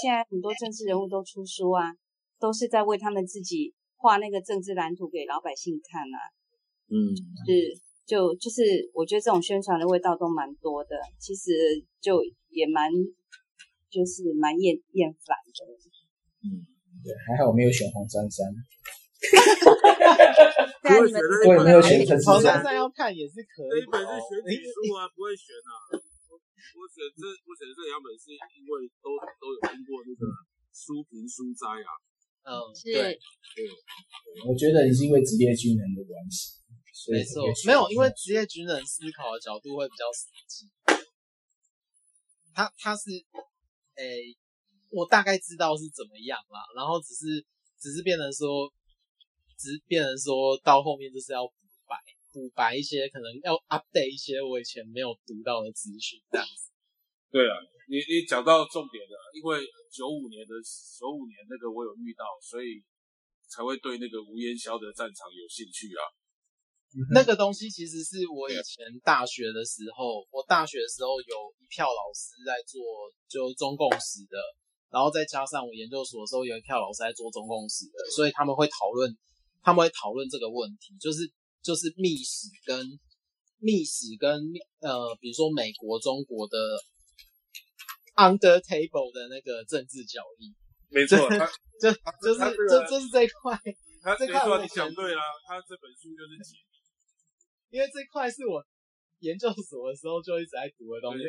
D: 现在很多政治人物都出书啊，都是在为他们自己画那个政治蓝图给老百姓看啊，
B: 嗯，
D: 是就就是我觉得这种宣传的味道都蛮多的，其实就也蛮就是蛮厌厌烦的。
A: 对，还好我没有选黄珊珊，
E: 不会选那一
A: 我也
E: 本
A: 没有选
E: 啊，
A: 陈
B: 黄
A: 思
B: 珊
A: 珊，
B: 珊要看也是可
E: 那
B: 以的
E: 一本
B: 哦、
E: 是选理数啊，不会选啊。我选这我选这两本是因为都都有经过那个书评书摘啊，
B: 嗯，对
D: 是，
A: 我觉得你是因为职业军人的关系，所以
B: 没错
A: 我会，选
B: 没有，因为职业军人思考的角度会比较实际。他他是，诶、我大概知道是怎么样啦，然后只是只是变成说，只是变成说到后面就是要补白补白一些，可能要 update 一些我以前没有读到的资讯，这样子。
E: 对啊，你你讲到重点了，因为九五年的九五年那个我有遇到，所以才会对那个无烟消的战场有兴趣啊。
B: 那个东西其实是我以前大学的时候，我大学的时候有一票老师在做就中共史的，然后再加上我研究所的时候有一票老师在做中共史的，所以他们会讨论，他们会讨论这个问题，就是就是历史跟历史跟呃，比如说美国、中国的 under table 的那个政治角力，
E: 没错，他
B: 就
E: 他
B: 就是
E: 他这
B: 就
E: 个
B: 就是这一块。
E: 他
B: 这
E: 没
B: 块我也觉
E: 错，你
B: 得
E: 讲对啦，他这本书就是解
B: 因为这块是我研究所的时候就一直在读的东西。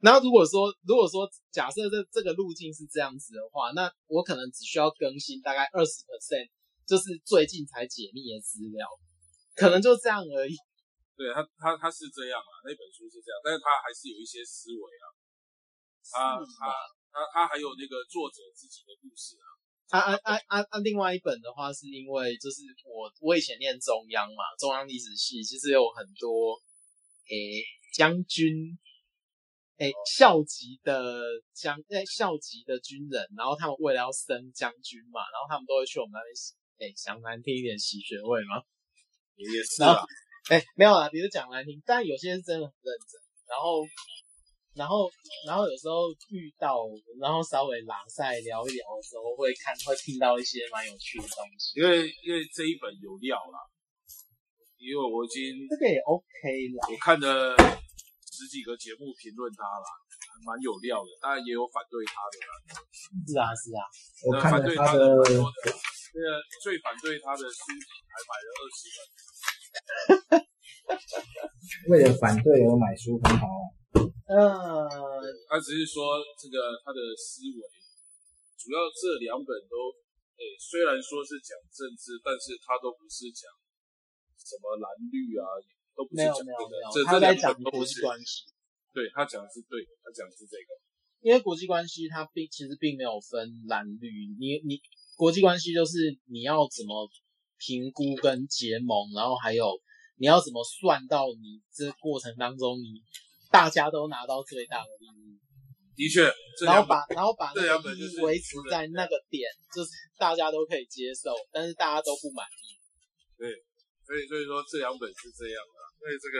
B: 然后如果说如果说假设这这个路径是这样子的话，那我可能只需要更新大概二十 percent，就是最近才解密的资料，可能就这样而已。
E: 对他，他他是这样啊，那本书是这样，但是他还是有一些思维啊，他
B: 是
E: 他他他还有那个作者自己的故事啊，
B: 啊啊啊啊啊！另外一本的话，是因为就是我我以前念中央嘛，中央历史系其实有很多诶将军，诶校级的将诶校级的军人，然后他们为了要升将军嘛，然后他们都会去我们那边洗诶讲难听一点洗学位嘛，
E: 也是
B: 然后，哎、没有啊，比如讲难听，但有些是真的很认真。然后，然后，然后有时候遇到，然后稍微拉塞聊一聊的时候，会看会听到一些蛮有趣的东西。
E: 因为因为这一本有料啦，因为我已经
B: 这个也 OK 啦，
E: 我看了十几个节目评论他啦，还蛮有料的，当然也有反对他的啦，
B: 是啊是啊，
A: 我
E: 那
A: 看
E: 反
A: 了
E: 对
A: 他
E: 他
A: 的
E: 的蛮多的，那个最反对他的书还买了二十本，
A: 为了反对而买书很好啊，
B: 呃，
E: 他只是说这个他的思维，主要这两本都，诶、虽然说是讲政治，但是他都不是讲什么蓝绿啊，都不
B: 没
E: 是
B: 有
E: 讲
B: 没
E: 这
B: 有
E: 个
B: 没，
E: 这
B: 有，
E: 这
B: 他在
E: 两
B: 讲
E: 本都
B: 国
E: 不
B: 际
E: 是。
B: 关系，
E: 对他讲的是对，他讲的是这个，
B: 因为国际关系它并其实并没有分蓝绿，你你国际关系就是你要怎么评估跟结盟，然后还有你要怎么算到你这过程当中你大家都拿到最大的利益，
E: 的确，这
B: 然后
E: 两本
B: 把然后把
E: 这
B: 那
E: 两
B: 个
E: 本
B: 利
E: 就是
B: 益维持在那个点，就是大家都可以接受，但是大家都不满意。
E: 所以所以说这两本是这样的、啊所以这个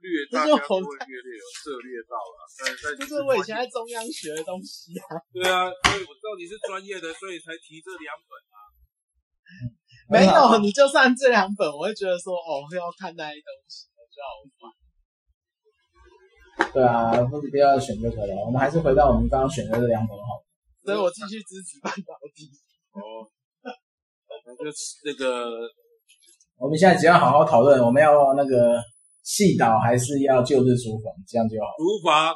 E: 略
B: 这
E: 大
B: 是我
E: 家都会略略有涉略到了，但但
B: 这是我以前在中央学的东西啊，
E: 对啊，所以我知道你是专业的，所以才提这两本。
B: 没
A: 很好啊
B: 有，你就算这两本，我会觉得说哦要看那些东西，我就好烦。
A: 对啊，或者不要选这个了，我们还是回到我们刚刚选的这两种好了。
B: 所以我继续支持半导体。
E: 哦，那啊就那个
A: 我们现在只要好好讨论，我们要那个细导还是要旧日厨房，这样就好。
E: 厨房，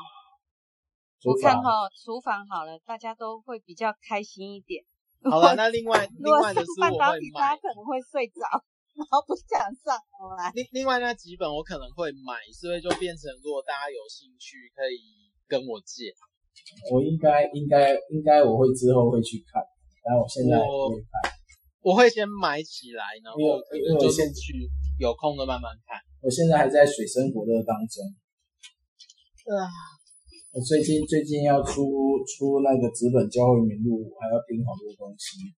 A: 厨
D: 我看
A: 房
D: 哈、厨房好了，大家都会比较开心一点。
B: 好了，那另外
D: 如
B: 另
D: 果
B: 外的
D: 上
B: 是
D: 半
B: 我
D: 导
B: 会
D: 体，大
B: 买
D: 家，可能会睡着，然后不想上我来。
B: 另另外那几本我可能会买，所以就变成如果大家有兴趣可以跟我借。
A: 我应该应该应该我会之后会去看，但我现在也不会看，
B: 我会先买起来，然后
A: 因为我
B: 可
A: 因为
B: 能
A: 我
B: 就是
A: 现
B: 去有空的慢慢看。
A: 我现在还在水深火热当中。
B: 啊，
A: 我最近最近要出出那个纸本教会名录，还要盯好多东西。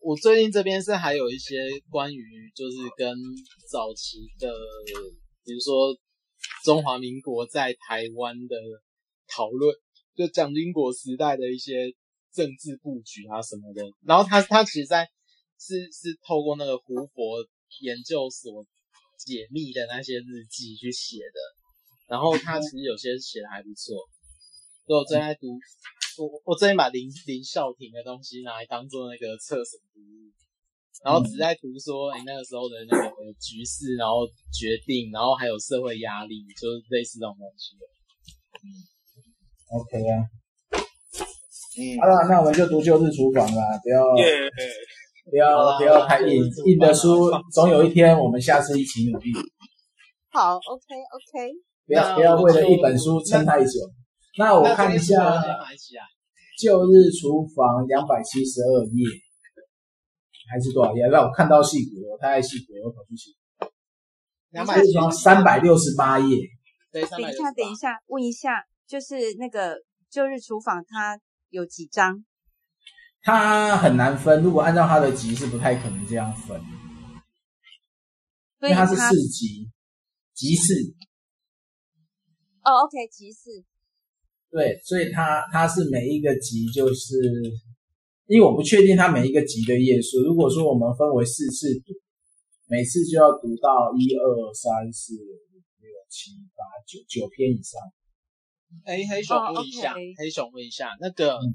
B: 我最近这边是还有一些关于就是跟早期的，比如说中华民国在台湾的讨论，就蒋经国时代的一些政治布局啊什么的。然后他他其实在是是透过那个胡佛研究所解密的那些日记去写的，然后他其实有些写的还不错。所以我最近在读，我我最近把林林孝廷的东西拿来当做那个厕所读物，然后只在读说，哎、那个时候的那个局势，然后决定，然后还有社会压力，就是类似这种东西。
A: OK 啊，
B: 嗯
A: 好了，那我们就读旧日厨房啦，不要
E: 耶，
A: 不要
B: 好啦
A: 不要太硬
B: 旧日厨，房
A: 硬的书
B: 放
A: 总有一天我们下次一起努力，
D: 好，OK OK，
A: 不要
B: 那
A: 不要为了
B: 我就
A: 一本书撑太久。那我看一
B: 那这
A: 下
B: 啊个书我先买起来。
A: 旧日厨房两百七十二页，还是多少页？让我看到细骨了，我太爱细骨了，我跑去细骨。
B: 两百
A: 旧日厨房三百，六十八页，
B: 对，三
D: 等
B: 百
D: 一下，等一
B: 下，
D: 下，问一下，就是那个旧日厨房它有几张？
A: 它很难分。如果按照它的集是不太可能这样分，因
D: 所以
A: 为它是四集，集市
D: 哦，OK，集市
A: 对，所以它它是每一个集就是，因为我不确定它每一个集的页数。如果说我们分为四次读，每次就要读到一二三四五六七八九九篇以上。
B: 哎，黑熊问一下
D: 哦，OK
B: 黑熊问一下，那个
A: 嗯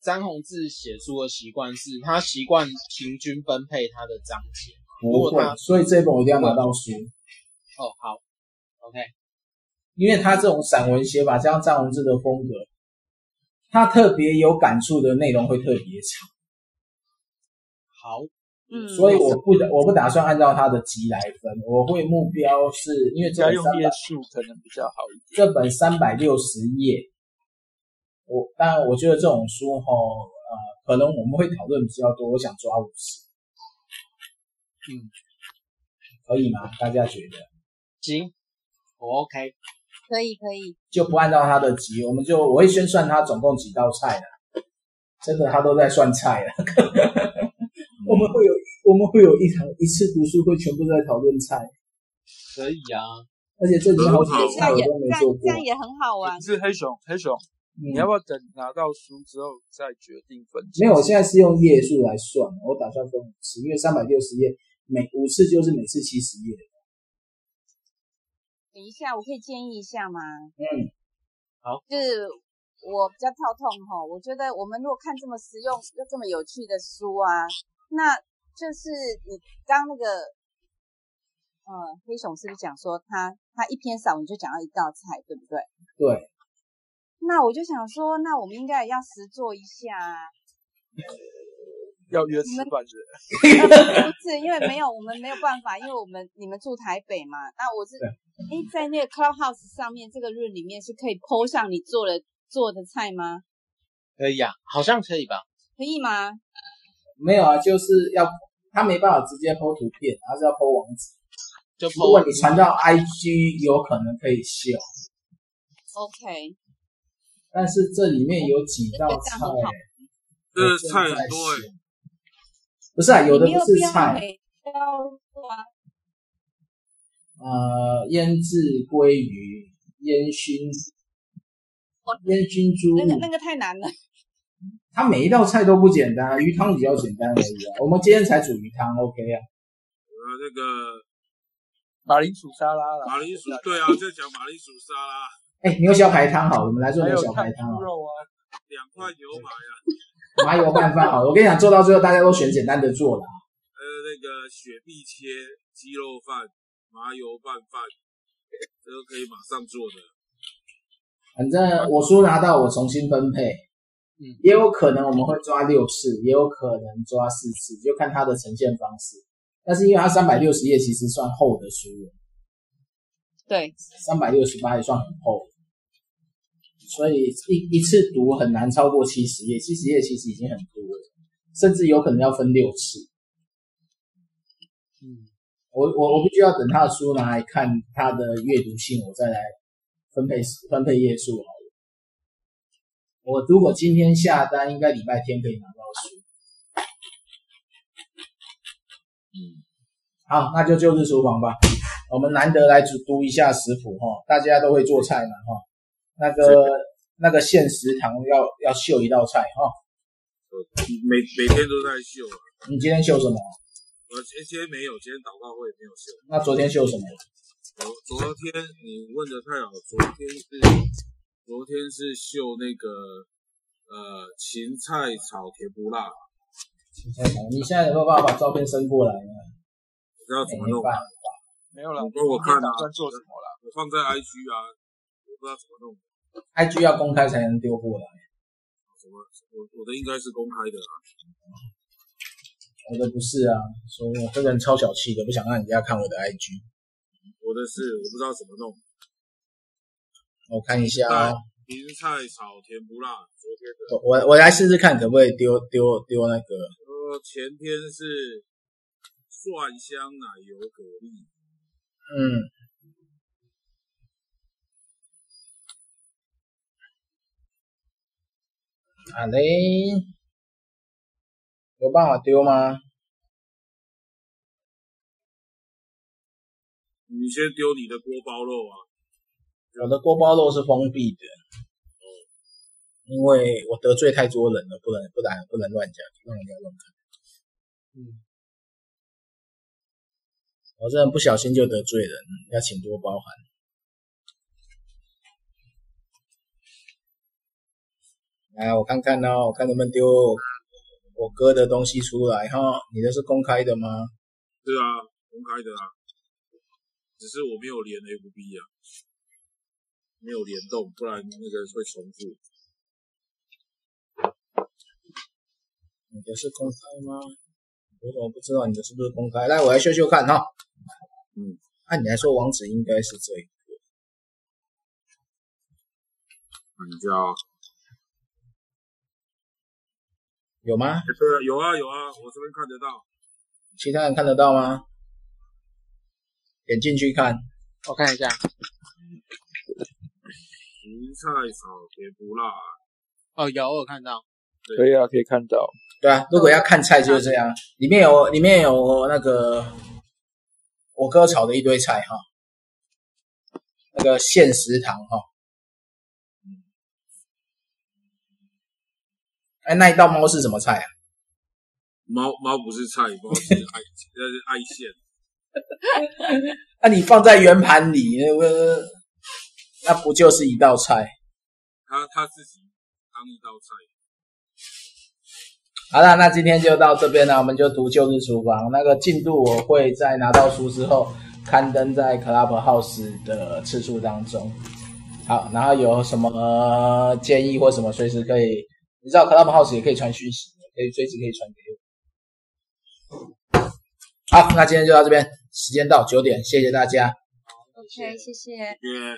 B: 张宏志写书的习惯是，他习惯平均分配他的章节。如
A: 不
B: 果
A: 会
B: 他，
A: 所以这本我一定要拿到书，
B: 哦，好，OK，
A: 因为他这种散文写法，加上张宏志的风格，他特别有感触的内容会特别长，
B: 好，
D: 嗯
A: 所以我不打我不打算按照他的集来分，我会目标是因为这
C: 要
A: 本
C: 用
A: 三
C: 页
A: 百
C: 数可能比较好一点。
A: 这本三百六十页，我当然我觉得这种书哈，呃，可能我们会讨论比较多，我想抓五十，
B: 嗯，
A: 可以吗？大家觉得？
B: 行，我 OK，
D: 可以可以，
A: 就不按照他的集，我们就我会先算他总共几道菜了。真的，他都在算菜了。 我们会有我们会有一场一次读书会，全部都在讨论菜，
B: 可以啊。
A: 而且这已经好几
E: 好
A: 个
D: 这
A: 菜我
D: 样也
A: 都没
D: 这样
A: 做过
D: 这。样也很好玩
A: 啊
C: 可。是黑熊，黑熊，
A: 嗯
C: 你要不要等拿到书之后再决定分
A: 没
C: 级？
A: 有，我现在是用页数来算，我打算分五次，因为三百六十页，每五次就是每次七十页。
D: 等一下，我可以建议一下吗？
A: 嗯，
D: 就是我比较跳痛哈，我觉得我们如果看这么实用又这么有趣的书啊，那就是你刚那个，呃，黑熊是不是讲说他他一篇散文就讲到一道菜，对不对？
A: 对，
D: 那我就想说，那我们应该也要实做一下啊。
C: 要约吃饭的人，
D: 不是因为没有，我们没有办法，因为我们你们住台北嘛。那我是
A: 对
D: 哎，在那个 Clubhouse 上面这个日里面是可以 PO 上你做的做的菜吗？
B: 可以啊，好像可以吧？
D: 可以吗？
A: 没有啊，就是要他没办法直接 PO 图片，他是要 PO 网址。
B: 就
A: 如果
B: PO
A: 你传到 IG，有可能可以秀。
D: OK，
A: 但是这里面有几道菜，
E: 这菜很多哎、
A: 不是啊，有的
D: 你没
A: 不
D: 有
A: 是
D: 必要
A: 菜，
D: 每要做啊。
A: 呃，腌制鲑鱼、烟熏
D: 我、
A: 烟熏猪
D: 那个
A: 肉
D: 那，个太难了。
A: 它每一道菜都不简单，鱼汤比较简单而已啊。我们今天才煮鱼汤，OK 啊？
E: 我的那个
C: 马铃薯沙拉啦，
E: 马铃薯，对啊，在讲马铃薯沙拉，
A: 哎，牛小排汤好了，我们来做
C: 还
A: 牛
C: 有
A: 小排
C: 看
A: 汤啊
C: 猪，肉啊，
E: 两块牛排啊，
A: 麻油拌饭好了。我跟你讲，做到最后大家都选简单的做了，啊
E: 还有呃那个雪碧切鸡肉饭、麻油拌饭，这都可以马上做的。
A: 反正我书拿到，我重新分配。
B: 嗯
A: 也有可能我们会抓六次，也有可能抓四次，就看它的呈现方式。但是因为它三百六十页其实算厚的书了，
D: 对，
A: 三百六十八也算很厚，所以一一次读很难超过七十页，七十页其实已经很多了，甚至有可能要分六次。
B: 嗯，
A: 我我我必须要等他的书拿来看他的阅读性，我再来分配分配页数好了。我如果今天下单，应该礼拜天可以拿到书。嗯，好，那就就是厨房吧。我们难得来读读一下食谱哈，大家都会做菜嘛哈。那个那个限时堂要要秀一道菜哈，
E: 每每天都在秀啊，
A: 你今天秀什么？
E: 我今今天没有，今天祷告会没有秀。
A: 那昨天秀什么？
E: 昨昨天你问的太好，昨天是昨天是秀那个呃芹菜炒甜不辣，
A: 你现在有没有办法把照片伸过来呢？哎
E: 不知道怎么
A: 没
E: 弄
A: 办
E: 啊，
A: 法。
C: 没有啦，
E: 你给我看啊
C: 打算做什么啦？
E: 我放在 IG 啊，我不知道怎么弄，
A: IG 要公开才能丢过来，
E: 怎么我我的应该是公开的啊，
A: 我的不是啊，所以我这个人超小气的，不想让人家看我的 IG。
E: 我的是我不知道怎么弄。
A: 我看一下啊、
E: 芹菜炒甜不辣，昨天
A: 我
E: 的。
A: 我我来试试看可不可以丢丢丢那个，
E: 呃，前天是蒜香奶油蛤蜊，
A: 嗯，啊嘞，有办法丢吗？
E: 你先丢你的锅包肉啊，
A: 我的锅包肉是封闭的，嗯因为我得罪太多人了，不能不然不能乱讲，不能乱讲。
B: 嗯，
A: 我这人不小心就得罪人，要请多包涵。来，我看看哦，我看能不能丢我哥的东西出来哈、你的是公开的吗？
E: 对啊，公开的啊，只是我没有连 FB 啊，没有联动，不然那个会重复。
A: 你的是公开吗？我怎么不知道你的是不是公开？来，我来秀秀看哈、嗯，按理来说网址应该是这里。
E: 看一下啊，
A: 有吗？
E: 哎对啊，有啊有啊，我这边看得到，
A: 其他人看得到吗？点进去看，
B: 我看一下，
E: 芹菜炒甜不辣，啊
B: 哦，有我有看到，
C: 可以啊，可以看到。
A: 对啊，如果要看菜就是这样，里面有里面有那个我哥炒的一堆菜哈，那个限食堂哈，哎，那一道猫是什么菜啊？
E: 猫猫不是菜，猫是爱， 那是爱线。
A: 那、啊你放在圆盘里，那个那不就是一道菜？
E: 他他自己当一道菜。
A: 好了，那今天就到这边了，我们就读《旧日厨房》那个进度，我会在拿到书之后刊登在 Clubhouse 的次数当中。好，然后有什么呃建议或什么，随时可以，你知道 Clubhouse 也可以传讯息，可以随时可以传给我。好，那今天就到这边，时间到九点，谢谢大家。
D: ，OK，谢谢。
E: 因为